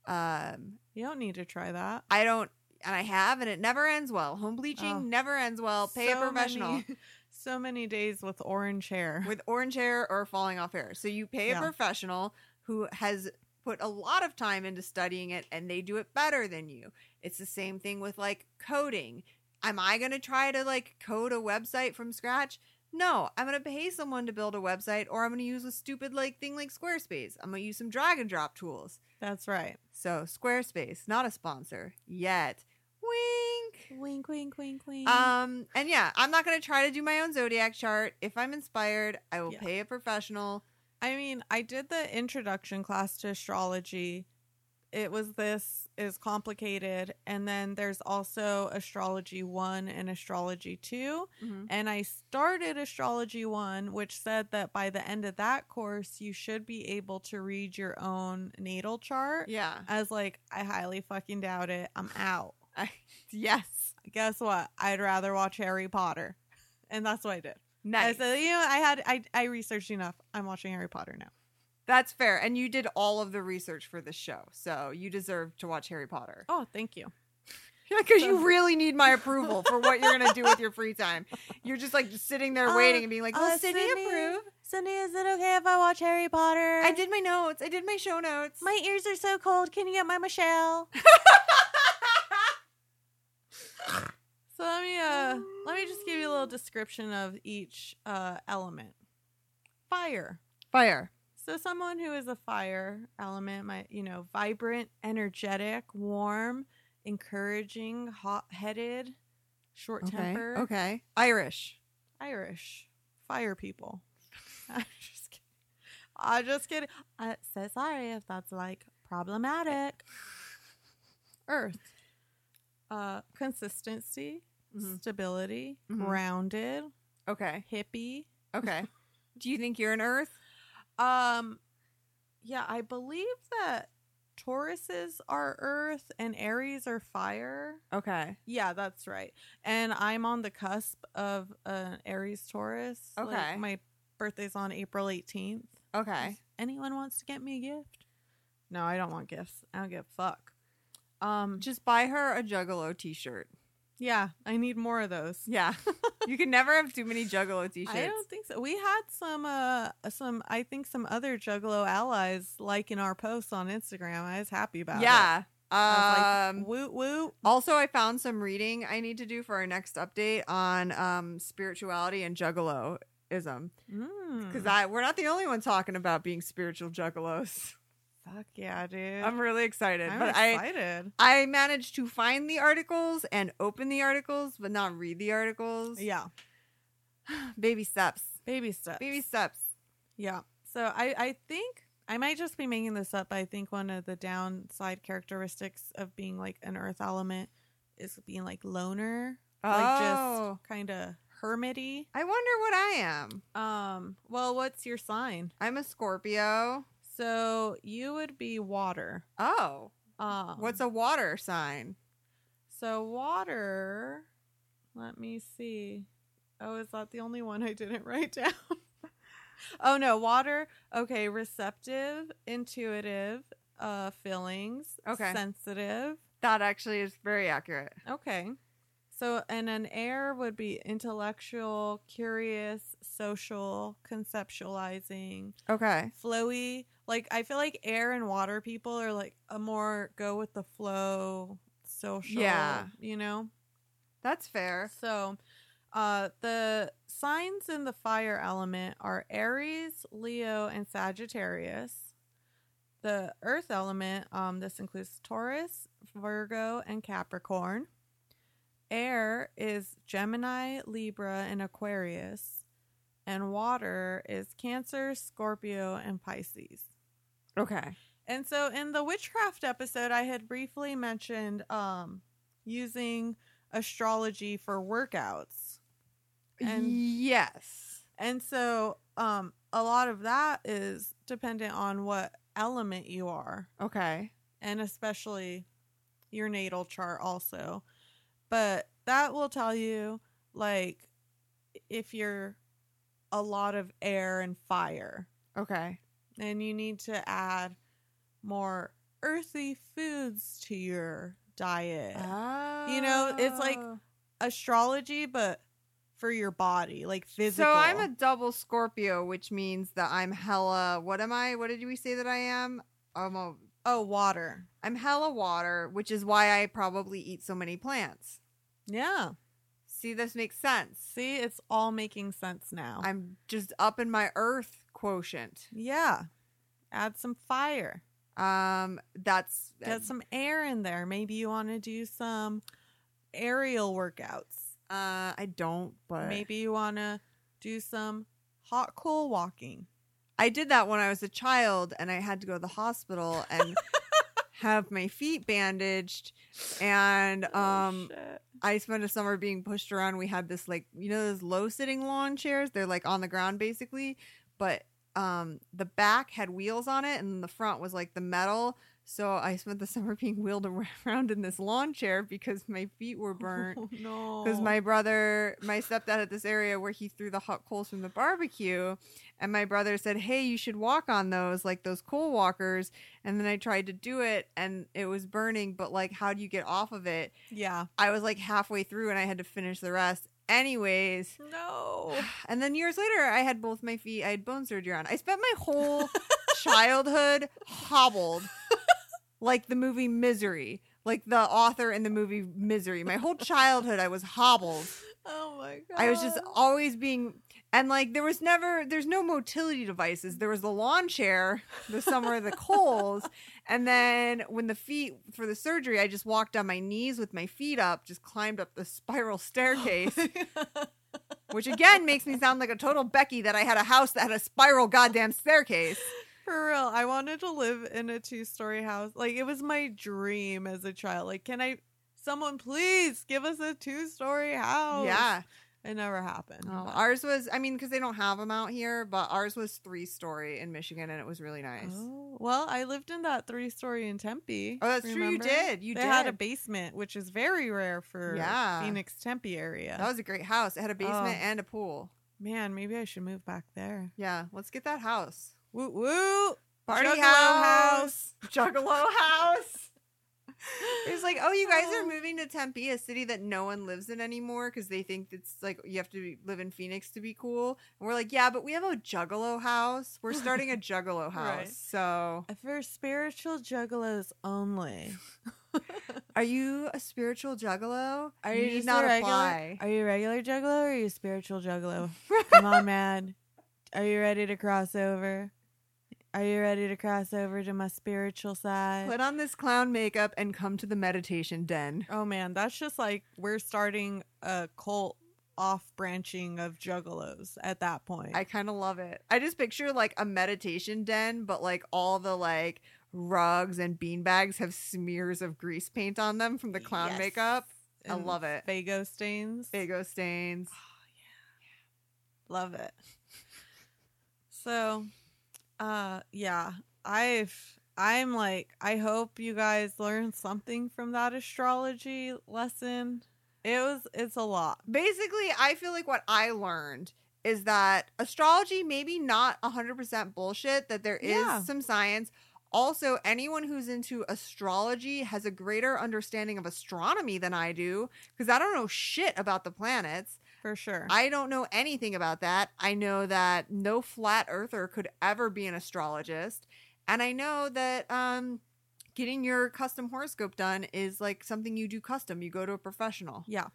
Speaker 1: Um,
Speaker 2: You don't need to try that.
Speaker 1: I don't and I have and it never ends well. Home bleaching
Speaker 2: Oh.
Speaker 1: never ends well. Pay a
Speaker 2: So
Speaker 1: professional
Speaker 2: many- so many days with orange hair.
Speaker 1: with orange hair or falling off hair. So you pay
Speaker 2: Yeah.
Speaker 1: a professional who has put a lot of time into studying it and they do it better than you. It's the same thing with like coding. Am I going to try to like code a website from scratch? No, I'm going to pay someone to build a website or I'm going to use a stupid like thing like Squarespace. I'm going to use some drag and drop tools.
Speaker 2: That's right.
Speaker 1: So, Squarespace, not a sponsor yet. Wink.
Speaker 2: Wink, wink, wink, wink.
Speaker 1: Um, and yeah, I'm not gonna try to do my own zodiac chart. If I'm inspired, I will
Speaker 2: Yeah.
Speaker 1: pay a professional.
Speaker 2: I mean, I did the introduction class to astrology it was this is complicated and then there's also astrology 1 and astrology 2
Speaker 1: Mhm.
Speaker 2: and I started astrology 1 which said that by the end of that course you should be able to read your own natal chart.
Speaker 1: Yeah.
Speaker 2: I was like I highly fucking doubt it. I'm out.
Speaker 1: Yes.
Speaker 2: Guess what? I'd rather watch Harry Potter. And that's what I did.
Speaker 1: Nice.
Speaker 2: I said, you know, I had I I researched enough. I'm watching Harry Potter now.
Speaker 1: That's fair. And you did all of the research for this show. So you deserve to watch Harry Potter.
Speaker 2: Oh, thank you.
Speaker 1: Because you really need my approval for what you're going to do with your free time. You're just like sitting there
Speaker 2: Uh,
Speaker 1: waiting and being like, will
Speaker 2: uh,
Speaker 1: Oh, Sydney
Speaker 2: Sydney,
Speaker 1: approve?
Speaker 2: Cindy, is it okay if I watch Harry Potter?
Speaker 1: I did my notes. I did my show notes.
Speaker 2: My ears are so cold. Can you get my Michelle? so let me uh, let me just give you a little description of each uh, element. Fire.
Speaker 1: Fire.
Speaker 2: So someone who is a fire element might, you know, vibrant, energetic, warm, encouraging, hot-headed, short-tempered,
Speaker 1: Okay. Okay. Irish.
Speaker 2: Irish, fire people. I'm just kidding. I'm just kidding. I so sorry if that's like problematic. Earth, uh, consistency,
Speaker 1: Mhm.
Speaker 2: stability,
Speaker 1: Mhm.
Speaker 2: grounded,
Speaker 1: Okay.
Speaker 2: hippie.
Speaker 1: Okay. do you think you're an Earth?
Speaker 2: Um, yeah, I believe that Tauruses are earth and Aries are fire.
Speaker 1: Okay.
Speaker 2: Yeah, that's right. And I'm on the cusp of an Aries Taurus. Like,
Speaker 1: Okay.
Speaker 2: my birthday's on April 18th.
Speaker 1: Okay.
Speaker 2: Anyone wants to get me a gift? No, I don't want gifts. I don't give a fuck. Um,
Speaker 1: Just buy her a Juggalo t shirt.
Speaker 2: yeah, I need more of those.
Speaker 1: Yeah. you can never have too many Juggalo t
Speaker 2: I
Speaker 1: shirts.
Speaker 2: don't think so. We had some, uh, some. I think some other Juggalo allies liking our posts on Instagram. I was happy about it.
Speaker 1: Yeah.
Speaker 2: I was
Speaker 1: Um,
Speaker 2: like, woot woot.
Speaker 1: also, I found some reading I need to do for our next update on um, spirituality and juggaloism because
Speaker 2: Mm.
Speaker 1: I we're not the only one talking about being spiritual juggalos.
Speaker 2: Fuck yeah, dude.
Speaker 1: I'm really excited,
Speaker 2: I'm
Speaker 1: but I
Speaker 2: excited.
Speaker 1: I managed to find the articles and open the articles, but not read the articles.
Speaker 2: yeah,
Speaker 1: baby steps,
Speaker 2: baby steps.
Speaker 1: baby steps.
Speaker 2: Yeah. So I, I think I might just be making this up. but I think one of the downside characteristics of being like an earth element is being like loner, like
Speaker 1: Oh.
Speaker 2: just kind of hermity.
Speaker 1: I wonder what I am.
Speaker 2: Um, well, what's your sign?
Speaker 1: I'm a Scorpio.
Speaker 2: So you would be water.
Speaker 1: Oh,
Speaker 2: Um,
Speaker 1: what's a water sign?
Speaker 2: so water? Let me see. Oh, is that the only one I didn't write down? oh no, water. Okay, receptive, intuitive, uh feelings,
Speaker 1: Okay.
Speaker 2: sensitive.
Speaker 1: That actually is very accurate.
Speaker 2: Okay. So and an air would be intellectual, curious, social, conceptualizing,
Speaker 1: Okay.
Speaker 2: flowy. Like I feel like air and water people are like a more go with the flow, social,
Speaker 1: Yeah.
Speaker 2: you know.
Speaker 1: That's fair.
Speaker 2: So, uh, the signs in the fire element are Aries, Leo, and Sagittarius. The earth element, um, this includes Taurus, Virgo, and Capricorn. Air is Gemini, Libra, and Aquarius. And water is Cancer, Scorpio, and Pisces.
Speaker 1: Okay.
Speaker 2: And so in the witchcraft episode, I had briefly mentioned um, using astrology for workouts. And-
Speaker 1: yes.
Speaker 2: And so um, a lot of that is dependent on what element you are,
Speaker 1: Okay.
Speaker 2: and especially your natal chart, also. But that will tell you, like, if you're a lot of air and fire,
Speaker 1: Okay.
Speaker 2: and you need to add more earthy foods to your diet.
Speaker 1: Oh.
Speaker 2: know, it's like Astrology, but for your body, like physical.
Speaker 1: So I'm a double Scorpio, which means that I'm hella. What am I? What did we say that I am? I'm a.
Speaker 2: oh water.
Speaker 1: I'm hella water, which is why I probably eat so many plants.
Speaker 2: Yeah.
Speaker 1: See, this makes sense.
Speaker 2: See, it's all making sense now.
Speaker 1: I'm just up in my Earth quotient.
Speaker 2: yeah. Add some fire.
Speaker 1: Um, that's
Speaker 2: Get some air in there. Maybe you want to do some aerial workouts.
Speaker 1: Uh, I don't, but
Speaker 2: Maybe you want to do some hot cool walking.
Speaker 1: I did that when I was a child and I had to go to the hospital and have my feet bandaged, and um,
Speaker 2: Oh, shit.
Speaker 1: I spent a summer being pushed around. We had this like you know those low sitting lawn chairs. They're like on the ground basically, but um the back had wheels on it and the front was like the metal. So I spent the summer being wheeled around in this lawn chair because my feet were burnt.
Speaker 2: Oh, no.
Speaker 1: Because my brother, my stepdad had this area where he threw the hot coals from the barbecue. And my brother said, Hey, you should walk on those, like those coal walkers. And then I tried to do it and it was burning, but like, how do you get off of it?
Speaker 2: yeah.
Speaker 1: I was like halfway through and I had to finish the rest. Anyways,
Speaker 2: No.
Speaker 1: and then years later, I had both my feet, I had bone surgery on. I spent my whole childhood hobbled, like the movie Misery, like the author in the movie Misery. My whole childhood, I was hobbled.
Speaker 2: Oh my god.
Speaker 1: I was just always being, and like there was never, there's no motility devices. There was the lawn chair, the summer, the coals, and then when the feet for the surgery, I just walked on my knees with my feet up, just climbed up the spiral staircase, which again makes me sound like a total Becky that I had a house that had a spiral goddamn staircase.
Speaker 2: For real, I wanted to live in a two-story house. Like it was my dream as a child. Like, can I? Someone please give us a two-story house.
Speaker 1: yeah,
Speaker 2: It never happened.
Speaker 1: No,
Speaker 2: but-
Speaker 1: ours was. I mean, because they don't have them out here, but ours was three story in Michigan, and it was really nice.
Speaker 2: Oh, well, I lived in that three-story in Tempe.
Speaker 1: Oh, that's true. You
Speaker 2: remember?
Speaker 1: did. You
Speaker 2: they
Speaker 1: did.
Speaker 2: had a basement, which is very rare for
Speaker 1: Yeah.
Speaker 2: Phoenix Tempe area.
Speaker 1: that was a great house. It had a basement
Speaker 2: Oh.
Speaker 1: and a pool.
Speaker 2: Man, maybe I should move back there.
Speaker 1: Yeah, let's get that house.
Speaker 2: Woot woot!
Speaker 1: Party
Speaker 2: Juggalo
Speaker 1: house. Juggalo house. It's like, oh, you guys are
Speaker 2: Oh.
Speaker 1: moving to Tempe, a city that no one lives in anymore because they think it's like you have to be- live in Phoenix to be cool. And we're like, yeah, but we have a Juggalo house. We're starting a Juggalo house.
Speaker 2: Right.
Speaker 1: So,
Speaker 2: For spiritual juggalos only.
Speaker 1: are you a spiritual Juggalo? I
Speaker 2: you
Speaker 1: did
Speaker 2: just a
Speaker 1: not
Speaker 2: regular-
Speaker 1: apply.
Speaker 2: Are you a regular juggalo or are you a spiritual juggalo? Come on, man. Are you ready to cross over? Are you ready to cross over to my spiritual side?
Speaker 1: Put on this clown makeup and come to the meditation den.
Speaker 2: oh man, that's just like we're starting a cult off branching of juggalos at that point.
Speaker 1: I kind of love it. I just picture like a meditation den, but like all the like rugs and beanbags have smears of grease paint on them from the clown
Speaker 2: Yes.
Speaker 1: makeup. I
Speaker 2: And Ah.
Speaker 1: love it.
Speaker 2: Fago stains.
Speaker 1: Fago stains.
Speaker 2: Love it. So, uh, yeah, I've I'm like I hope you guys learned something from that astrology lesson. It was it's a lot.
Speaker 1: Basically, I feel like what I learned is that astrology maybe not 100% bullshit that there is
Speaker 2: Yeah.
Speaker 1: some science. Also, anyone who's into astrology has a greater understanding of astronomy than I do because I don't know shit about the planets.
Speaker 2: For sure.
Speaker 1: I don't know anything about that. I know that no flat earther could ever be an astrologist. And I know that um, getting your custom horoscope done is like something you do custom. You go to a professional.
Speaker 2: yeah.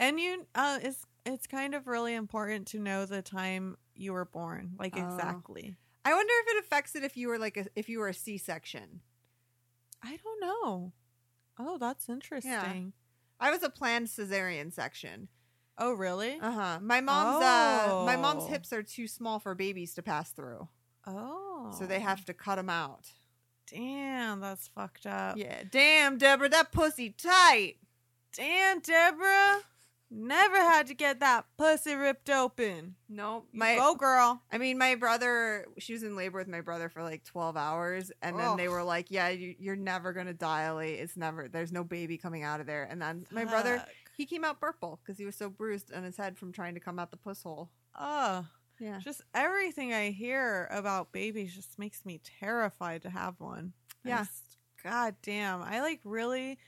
Speaker 2: And you uh it's it's kind of really important to know the time you were born, like
Speaker 1: Oh.
Speaker 2: exactly.
Speaker 1: I wonder if it affects it if you were like a, if you were a C section.
Speaker 2: I don't know. Oh, that's interesting.
Speaker 1: I was a planned cesarean section.
Speaker 2: Oh, really?
Speaker 1: Uh huh. My mom's uh, my
Speaker 2: Oh.
Speaker 1: mom's hips are too small for babies to pass through,
Speaker 2: oh.
Speaker 1: so they have to cut them out.
Speaker 2: Damn, that's fucked up.
Speaker 1: Yeah. Damn, Deborah, that pussy tight.
Speaker 2: Damn, Deborah. Never had to get that pussy ripped open.
Speaker 1: Nope.
Speaker 2: You
Speaker 1: My
Speaker 2: go, girl.
Speaker 1: I mean, my brother, she was in labor with my brother for like 12 hours. And then they
Speaker 2: Ugh.
Speaker 1: were like, yeah, you, you're never going to dilate. It's never, there's no baby coming out of there. And then my brother,
Speaker 2: Fuck.
Speaker 1: he came out purple because he was so bruised on his head from trying to come out the puss hole.
Speaker 2: Ugh.
Speaker 1: Yeah.
Speaker 2: Just everything I hear about babies just makes me terrified to have one. I
Speaker 1: Yeah.
Speaker 2: just- God damn. I like really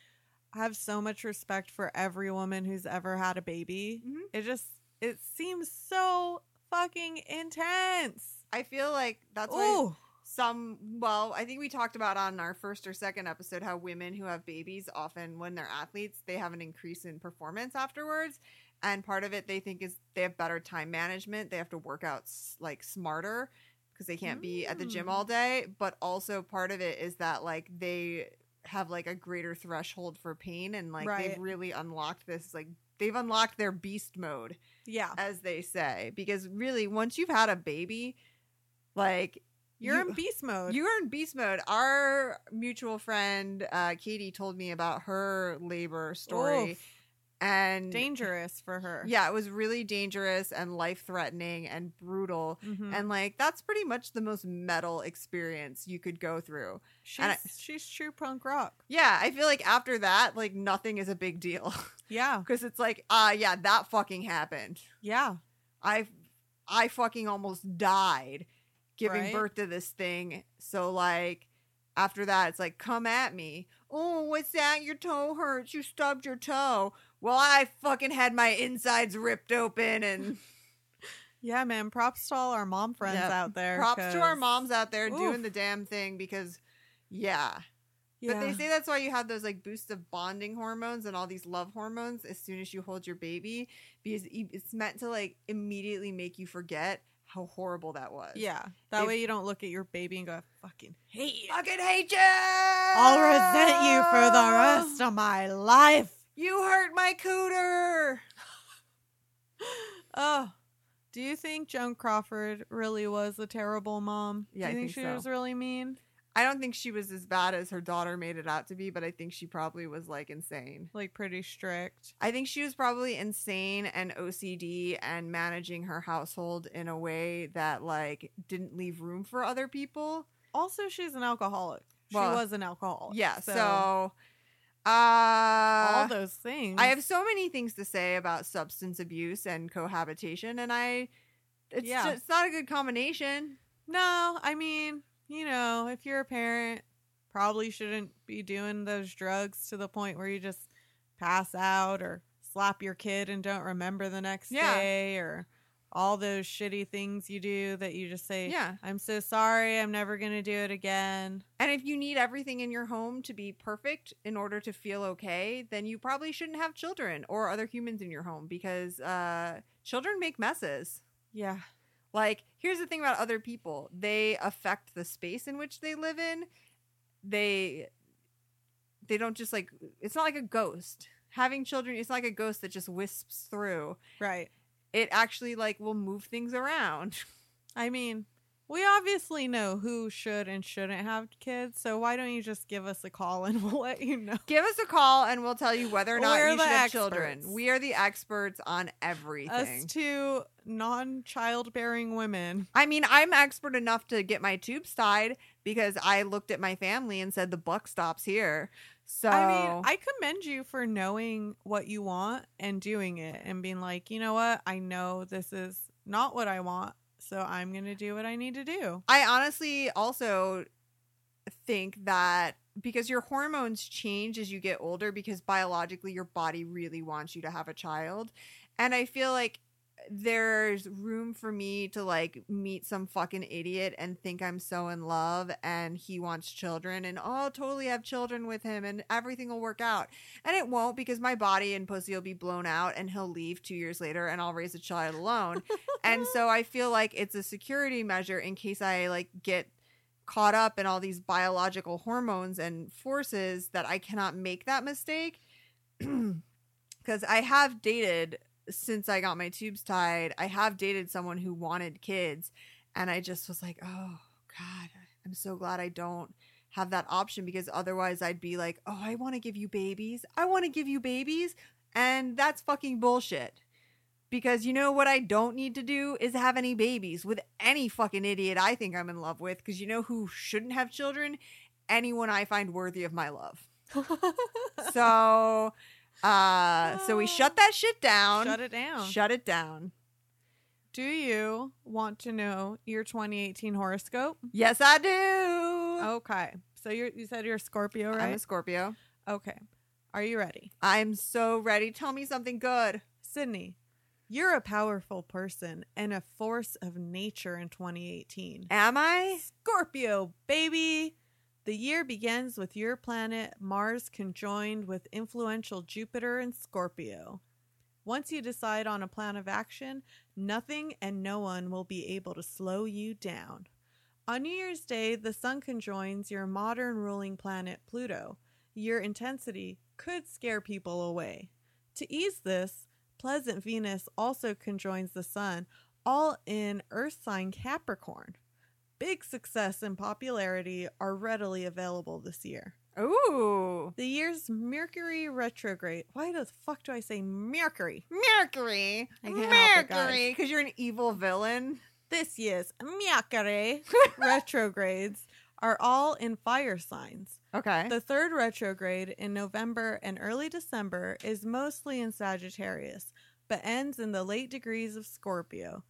Speaker 2: have so much respect for every woman who's ever had a baby.
Speaker 1: Mhm.
Speaker 2: It just, it seems so fucking intense.
Speaker 1: I feel like that's why
Speaker 2: Oh,
Speaker 1: some, well, I think we talked about on our first or second episode how women who have babies often, when they're athletes, they have an increase in performance afterwards. And part of it they think is they have better time management. They have to work out s- like smarter because they can't be at the gym
Speaker 2: Mm.
Speaker 1: all day. But also part of it is that like they have like a greater threshold for pain and like they've
Speaker 2: Right.
Speaker 1: really unlocked this like they've unlocked their beast mode
Speaker 2: yeah.
Speaker 1: as they say because really once you've had a baby like
Speaker 2: You're
Speaker 1: You-
Speaker 2: in beast mode.
Speaker 1: You are in beast mode. Our mutual friend uh, Katie told me about her labor story,
Speaker 2: Oof,
Speaker 1: and
Speaker 2: dangerous for her.
Speaker 1: yeah, it was really dangerous and life threatening and brutal.
Speaker 2: Mhm.
Speaker 1: And like that's pretty much the most metal experience you could go through.
Speaker 2: she's
Speaker 1: and I-
Speaker 2: she's true punk rock.
Speaker 1: Yeah, I feel like after that, like nothing is a big deal
Speaker 2: Yeah,
Speaker 1: because it's like, ah, yeah, that fucking happened.
Speaker 2: yeah,
Speaker 1: I, I fucking almost died giving
Speaker 2: Right.
Speaker 1: birth to this thing. So like after that, it's like, come at me. Oh, what's that? Your toe hurts. You stubbed your toe. Well, I fucking had my insides ripped open and
Speaker 2: yeah, man. Props to all our mom friends
Speaker 1: Yeah,
Speaker 2: out there.
Speaker 1: props to our
Speaker 2: 'cause-
Speaker 1: moms out there
Speaker 2: Oof.
Speaker 1: doing the damn thing because yeah.
Speaker 2: Yeah.
Speaker 1: But they say that's why you have those like boosts of bonding hormones and all these love hormones as soon as you hold your baby because e- it's meant to like immediately make you forget how horrible that was.
Speaker 2: yeah, that
Speaker 1: if-
Speaker 2: way you don't look at your baby and go, "I "Fucking hate you."
Speaker 1: Fucking hate you.
Speaker 2: I'll
Speaker 1: I'll
Speaker 2: resent you for the rest of my life.
Speaker 1: You hurt my cooter.
Speaker 2: Oh, do you think Joan Crawford really was a terrible mom?
Speaker 1: Yeah, I
Speaker 2: do you
Speaker 1: think
Speaker 2: she
Speaker 1: so.
Speaker 2: was really mean?
Speaker 1: I don't think she was as bad as her daughter made it out to be, but I think she probably was like insane.
Speaker 2: Like pretty strict.
Speaker 1: I think she was probably insane and OCD and managing her household in a way that like didn't leave room for other people.
Speaker 2: Also, she's an alcoholic. She
Speaker 1: Well,
Speaker 2: was an alcoholic.
Speaker 1: Yeah, so, uh
Speaker 2: all those things.
Speaker 1: I have so many things to say about substance abuse and cohabitation and I it's
Speaker 2: Yeah.
Speaker 1: just, it's not a good combination.
Speaker 2: no. I mean, you know, if you're a parent, probably shouldn't be doing those drugs to the point where you just pass out or slap your kid and don't remember the next
Speaker 1: Yeah.
Speaker 2: day or all those shitty things you do that you just say,
Speaker 1: Yeah.
Speaker 2: I'm so sorry. I'm never going to do it again.
Speaker 1: And if you need everything in your home to be perfect in order to feel okay, then you probably shouldn't have children or other humans in your home because uh children make messes.
Speaker 2: Yeah.
Speaker 1: Like, here's the thing about other people they affect the space in which they live in. They they don't just like it's not like a ghost. Having children it's not like a ghost that just wisps through.
Speaker 2: Right.
Speaker 1: It actually like will move things around.
Speaker 2: I mean, we obviously know who should and shouldn't have kids. So why don't you just give us a call and we'll let you know?
Speaker 1: Give us a call and we'll tell you whether or not
Speaker 2: We're
Speaker 1: you should
Speaker 2: the
Speaker 1: have children.
Speaker 2: experts.
Speaker 1: We are the experts on everything.
Speaker 2: Us two non childbearing women.
Speaker 1: I mean, I'm expert enough to get my tubes tied because I looked at my family and said the buck stops here. So
Speaker 2: I mean, I commend you for knowing what you want and doing it and being like, you know what? I know this is not what I want. So I'm going to do what I need to do.
Speaker 1: I honestly also think that because your hormones change as you get older, because biologically your body really wants you to have a child. And I feel like there's room for me to like meet some fucking idiot and think I'm so in love and he wants children and "Oh, I'll totally have children with him and everything will work out. And it won't because my body and pussy will be blown out and he'll leave two years later and I'll raise a child alone. and so I feel like it's a security measure in case I like get caught up in all these biological hormones and forces that I cannot make that mistake. Because I have dated since I got my tubes tied, I have dated someone who wanted kids. And I just was like, oh, God, I'm so glad I don't have that option because otherwise I'd be like, oh, I want to give you babies. I want to give you babies. And that's fucking bullshit. Because you know what I don't need to do is have any babies with any fucking idiot I think I'm in love with. Because you know who shouldn't have children? Anyone I find worthy of my love. So, uh, so we shut that shit down.
Speaker 2: Shut it down. Mm-hmm.
Speaker 1: Shut it down.
Speaker 2: Do you want to know your 2018 horoscope?
Speaker 1: Yes, I do.
Speaker 2: Okay. So you you said you're a Scorpio,
Speaker 1: I'm a
Speaker 2: Oh, right?
Speaker 1: Scorpio.
Speaker 2: okay. Are you ready?
Speaker 1: I'm so ready. Tell me something good.
Speaker 2: Sydney, you're a powerful person and a force of nature in 2018.
Speaker 1: Am I?
Speaker 2: Scorpio, baby! The year begins with your planet Mars conjoined with influential Jupiter in Scorpio. Once you decide on a plan of action, nothing and no one will be able to slow you down. On New Year's Day, the Sun conjoins your modern ruling planet Pluto. Your intensity could scare people away. To ease this, pleasant Venus also conjoins the Sun, all in Earth sign Capricorn. big success and popularity are readily available this year.
Speaker 1: Ooh.
Speaker 2: The year's Mercury retrograde. Why the fuck do I say Mercury?
Speaker 1: Mercury.
Speaker 2: I can't help it, guys.
Speaker 1: Mercury. Because you're an evil villain.
Speaker 2: This year's Mercury retrogrades are all in fire signs.
Speaker 1: Okay.
Speaker 2: The third retrograde in November and early December is mostly in Sagittarius, but ends in the late degrees of Scorpio.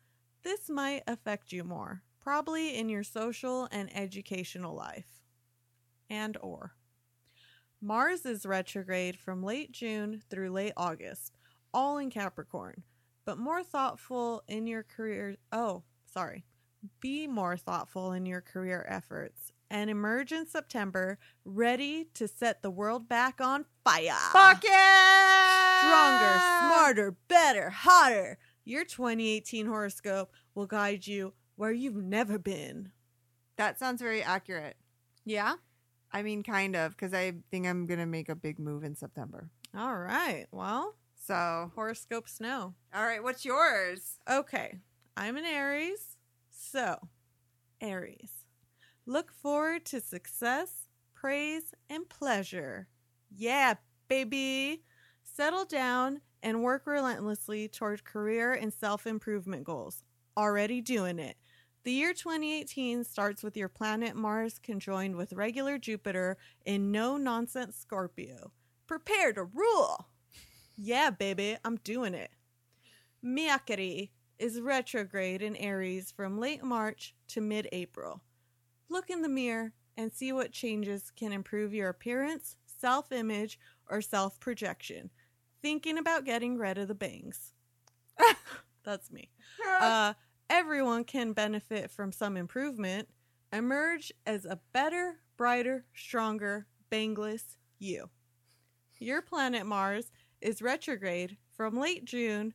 Speaker 2: This might affect you more, probably in your social and educational life. And or Mars is retrograde from late June through late August, all in Capricorn, but more thoughtful in your career. Oh, sorry. Be more thoughtful in your career efforts and emerge in September ready to set the world back on fire.
Speaker 1: Fuck yeah!
Speaker 2: Stronger, smarter, better, hotter. Your 2018 horoscope will guide you where you've never been.
Speaker 1: That sounds very accurate.
Speaker 2: Yeah?
Speaker 1: I mean, kind of, because I think I'm going to make a big move in September.
Speaker 2: All right. Well,
Speaker 1: So,
Speaker 2: horoscope snow.
Speaker 1: all right, what's yours?
Speaker 2: Okay, I'm an Aries. So, Aries, look forward to success, praise, and pleasure. Yeah, baby. Settle down and work relentlessly toward career and self improvement goals. Already doing it. The year 2018 starts with your planet Mars conjoined with regular Jupiter in no nonsense Scorpio. Prepare to rule. Yeah, baby, I'm doing it. Mercury is retrograde in Aries from late March to mid April. Look in the mirror and see what changes can improve your appearance, self image, or self projection. Thinking about getting rid of the bangs. That's me. Uh, everyone can benefit from some improvement. Emerge as a better, brighter, stronger, bangless you. Your planet Mars is retrograde from late June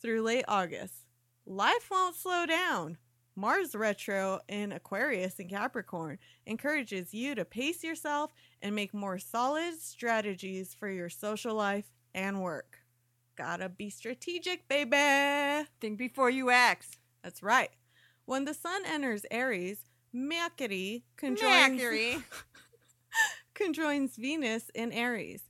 Speaker 2: through late August. Life won't slow down. Mars retro in Aquarius and Capricorn encourages you to pace yourself and make more solid strategies for your social life and work. Gotta be strategic, baby!
Speaker 1: Think before you act.
Speaker 2: That's right. When the sun enters Aries, Mercury conjoins
Speaker 1: Mercury.
Speaker 2: conjoins Venus in Aries.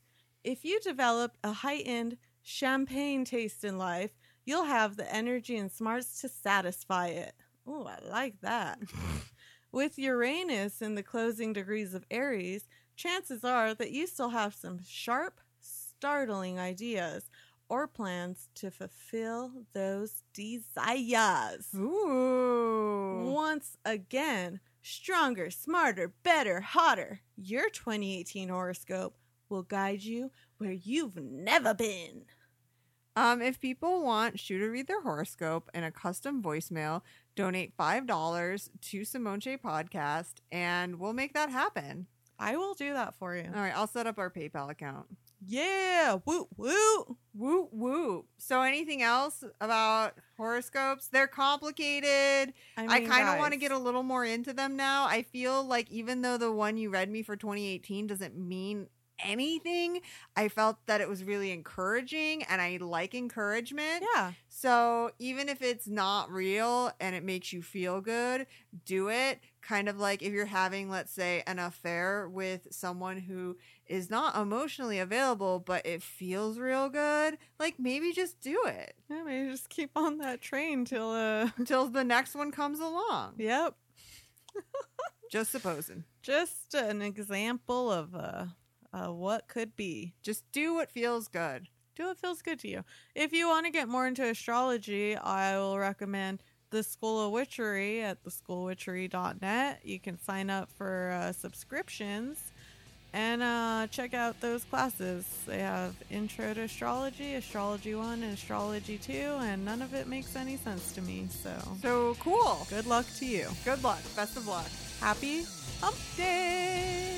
Speaker 2: If you develop a heightened champagne taste in life, you'll have the energy and smarts to satisfy it. Ooh, I like that. With Uranus in the closing degrees of Aries, chances are that you still have some sharp, startling ideas or plans to fulfill those desires. Mm.
Speaker 1: Ooh.
Speaker 2: Once again, stronger, smarter, better, hotter. Your 2018 horoscope will guide you where you've never been.
Speaker 1: Um, if people want Shu to read their horoscope in a custom voicemail, donate five dollars to Simonche Podcast, and we'll make that happen.
Speaker 2: I will do that for you.
Speaker 1: All right, I'll set up our PayPal account.
Speaker 2: Uh, Yeah, woo woo.
Speaker 1: Woo woo. So, anything else about horoscopes? They're complicated. I,
Speaker 2: mean,
Speaker 1: kind of
Speaker 2: guys,
Speaker 1: want to get a little more into them now. I feel like even though the one you read me for 2018 doesn't mean anything, I felt that it was really encouraging and I like encouragement.
Speaker 2: Yeah,
Speaker 1: So even if it's not real and it makes you feel good, do it. Kind of like if you're having, let's say, an affair with someone who is not emotionally available, but it feels real good, like maybe just do it
Speaker 2: yeah maybe just keep on that train till uh
Speaker 1: until the next one comes along.
Speaker 2: yep.
Speaker 1: Just supposing.
Speaker 2: Just an example of uh, uh what could be.
Speaker 1: Just do what feels good.
Speaker 2: do what feels good to you. If you want to get more into astrology, I will recommend the School of Witchery at theschoolwitchery.net. You can sign up for uh, subscriptions and uh, check out those classes. They have Intro to Astrology, Astrology 1, and Astrology 2, and none of it makes any sense to me. So
Speaker 1: So cool.
Speaker 2: good luck to you.
Speaker 1: Good luck. Best of luck.
Speaker 2: Happy Hump Day!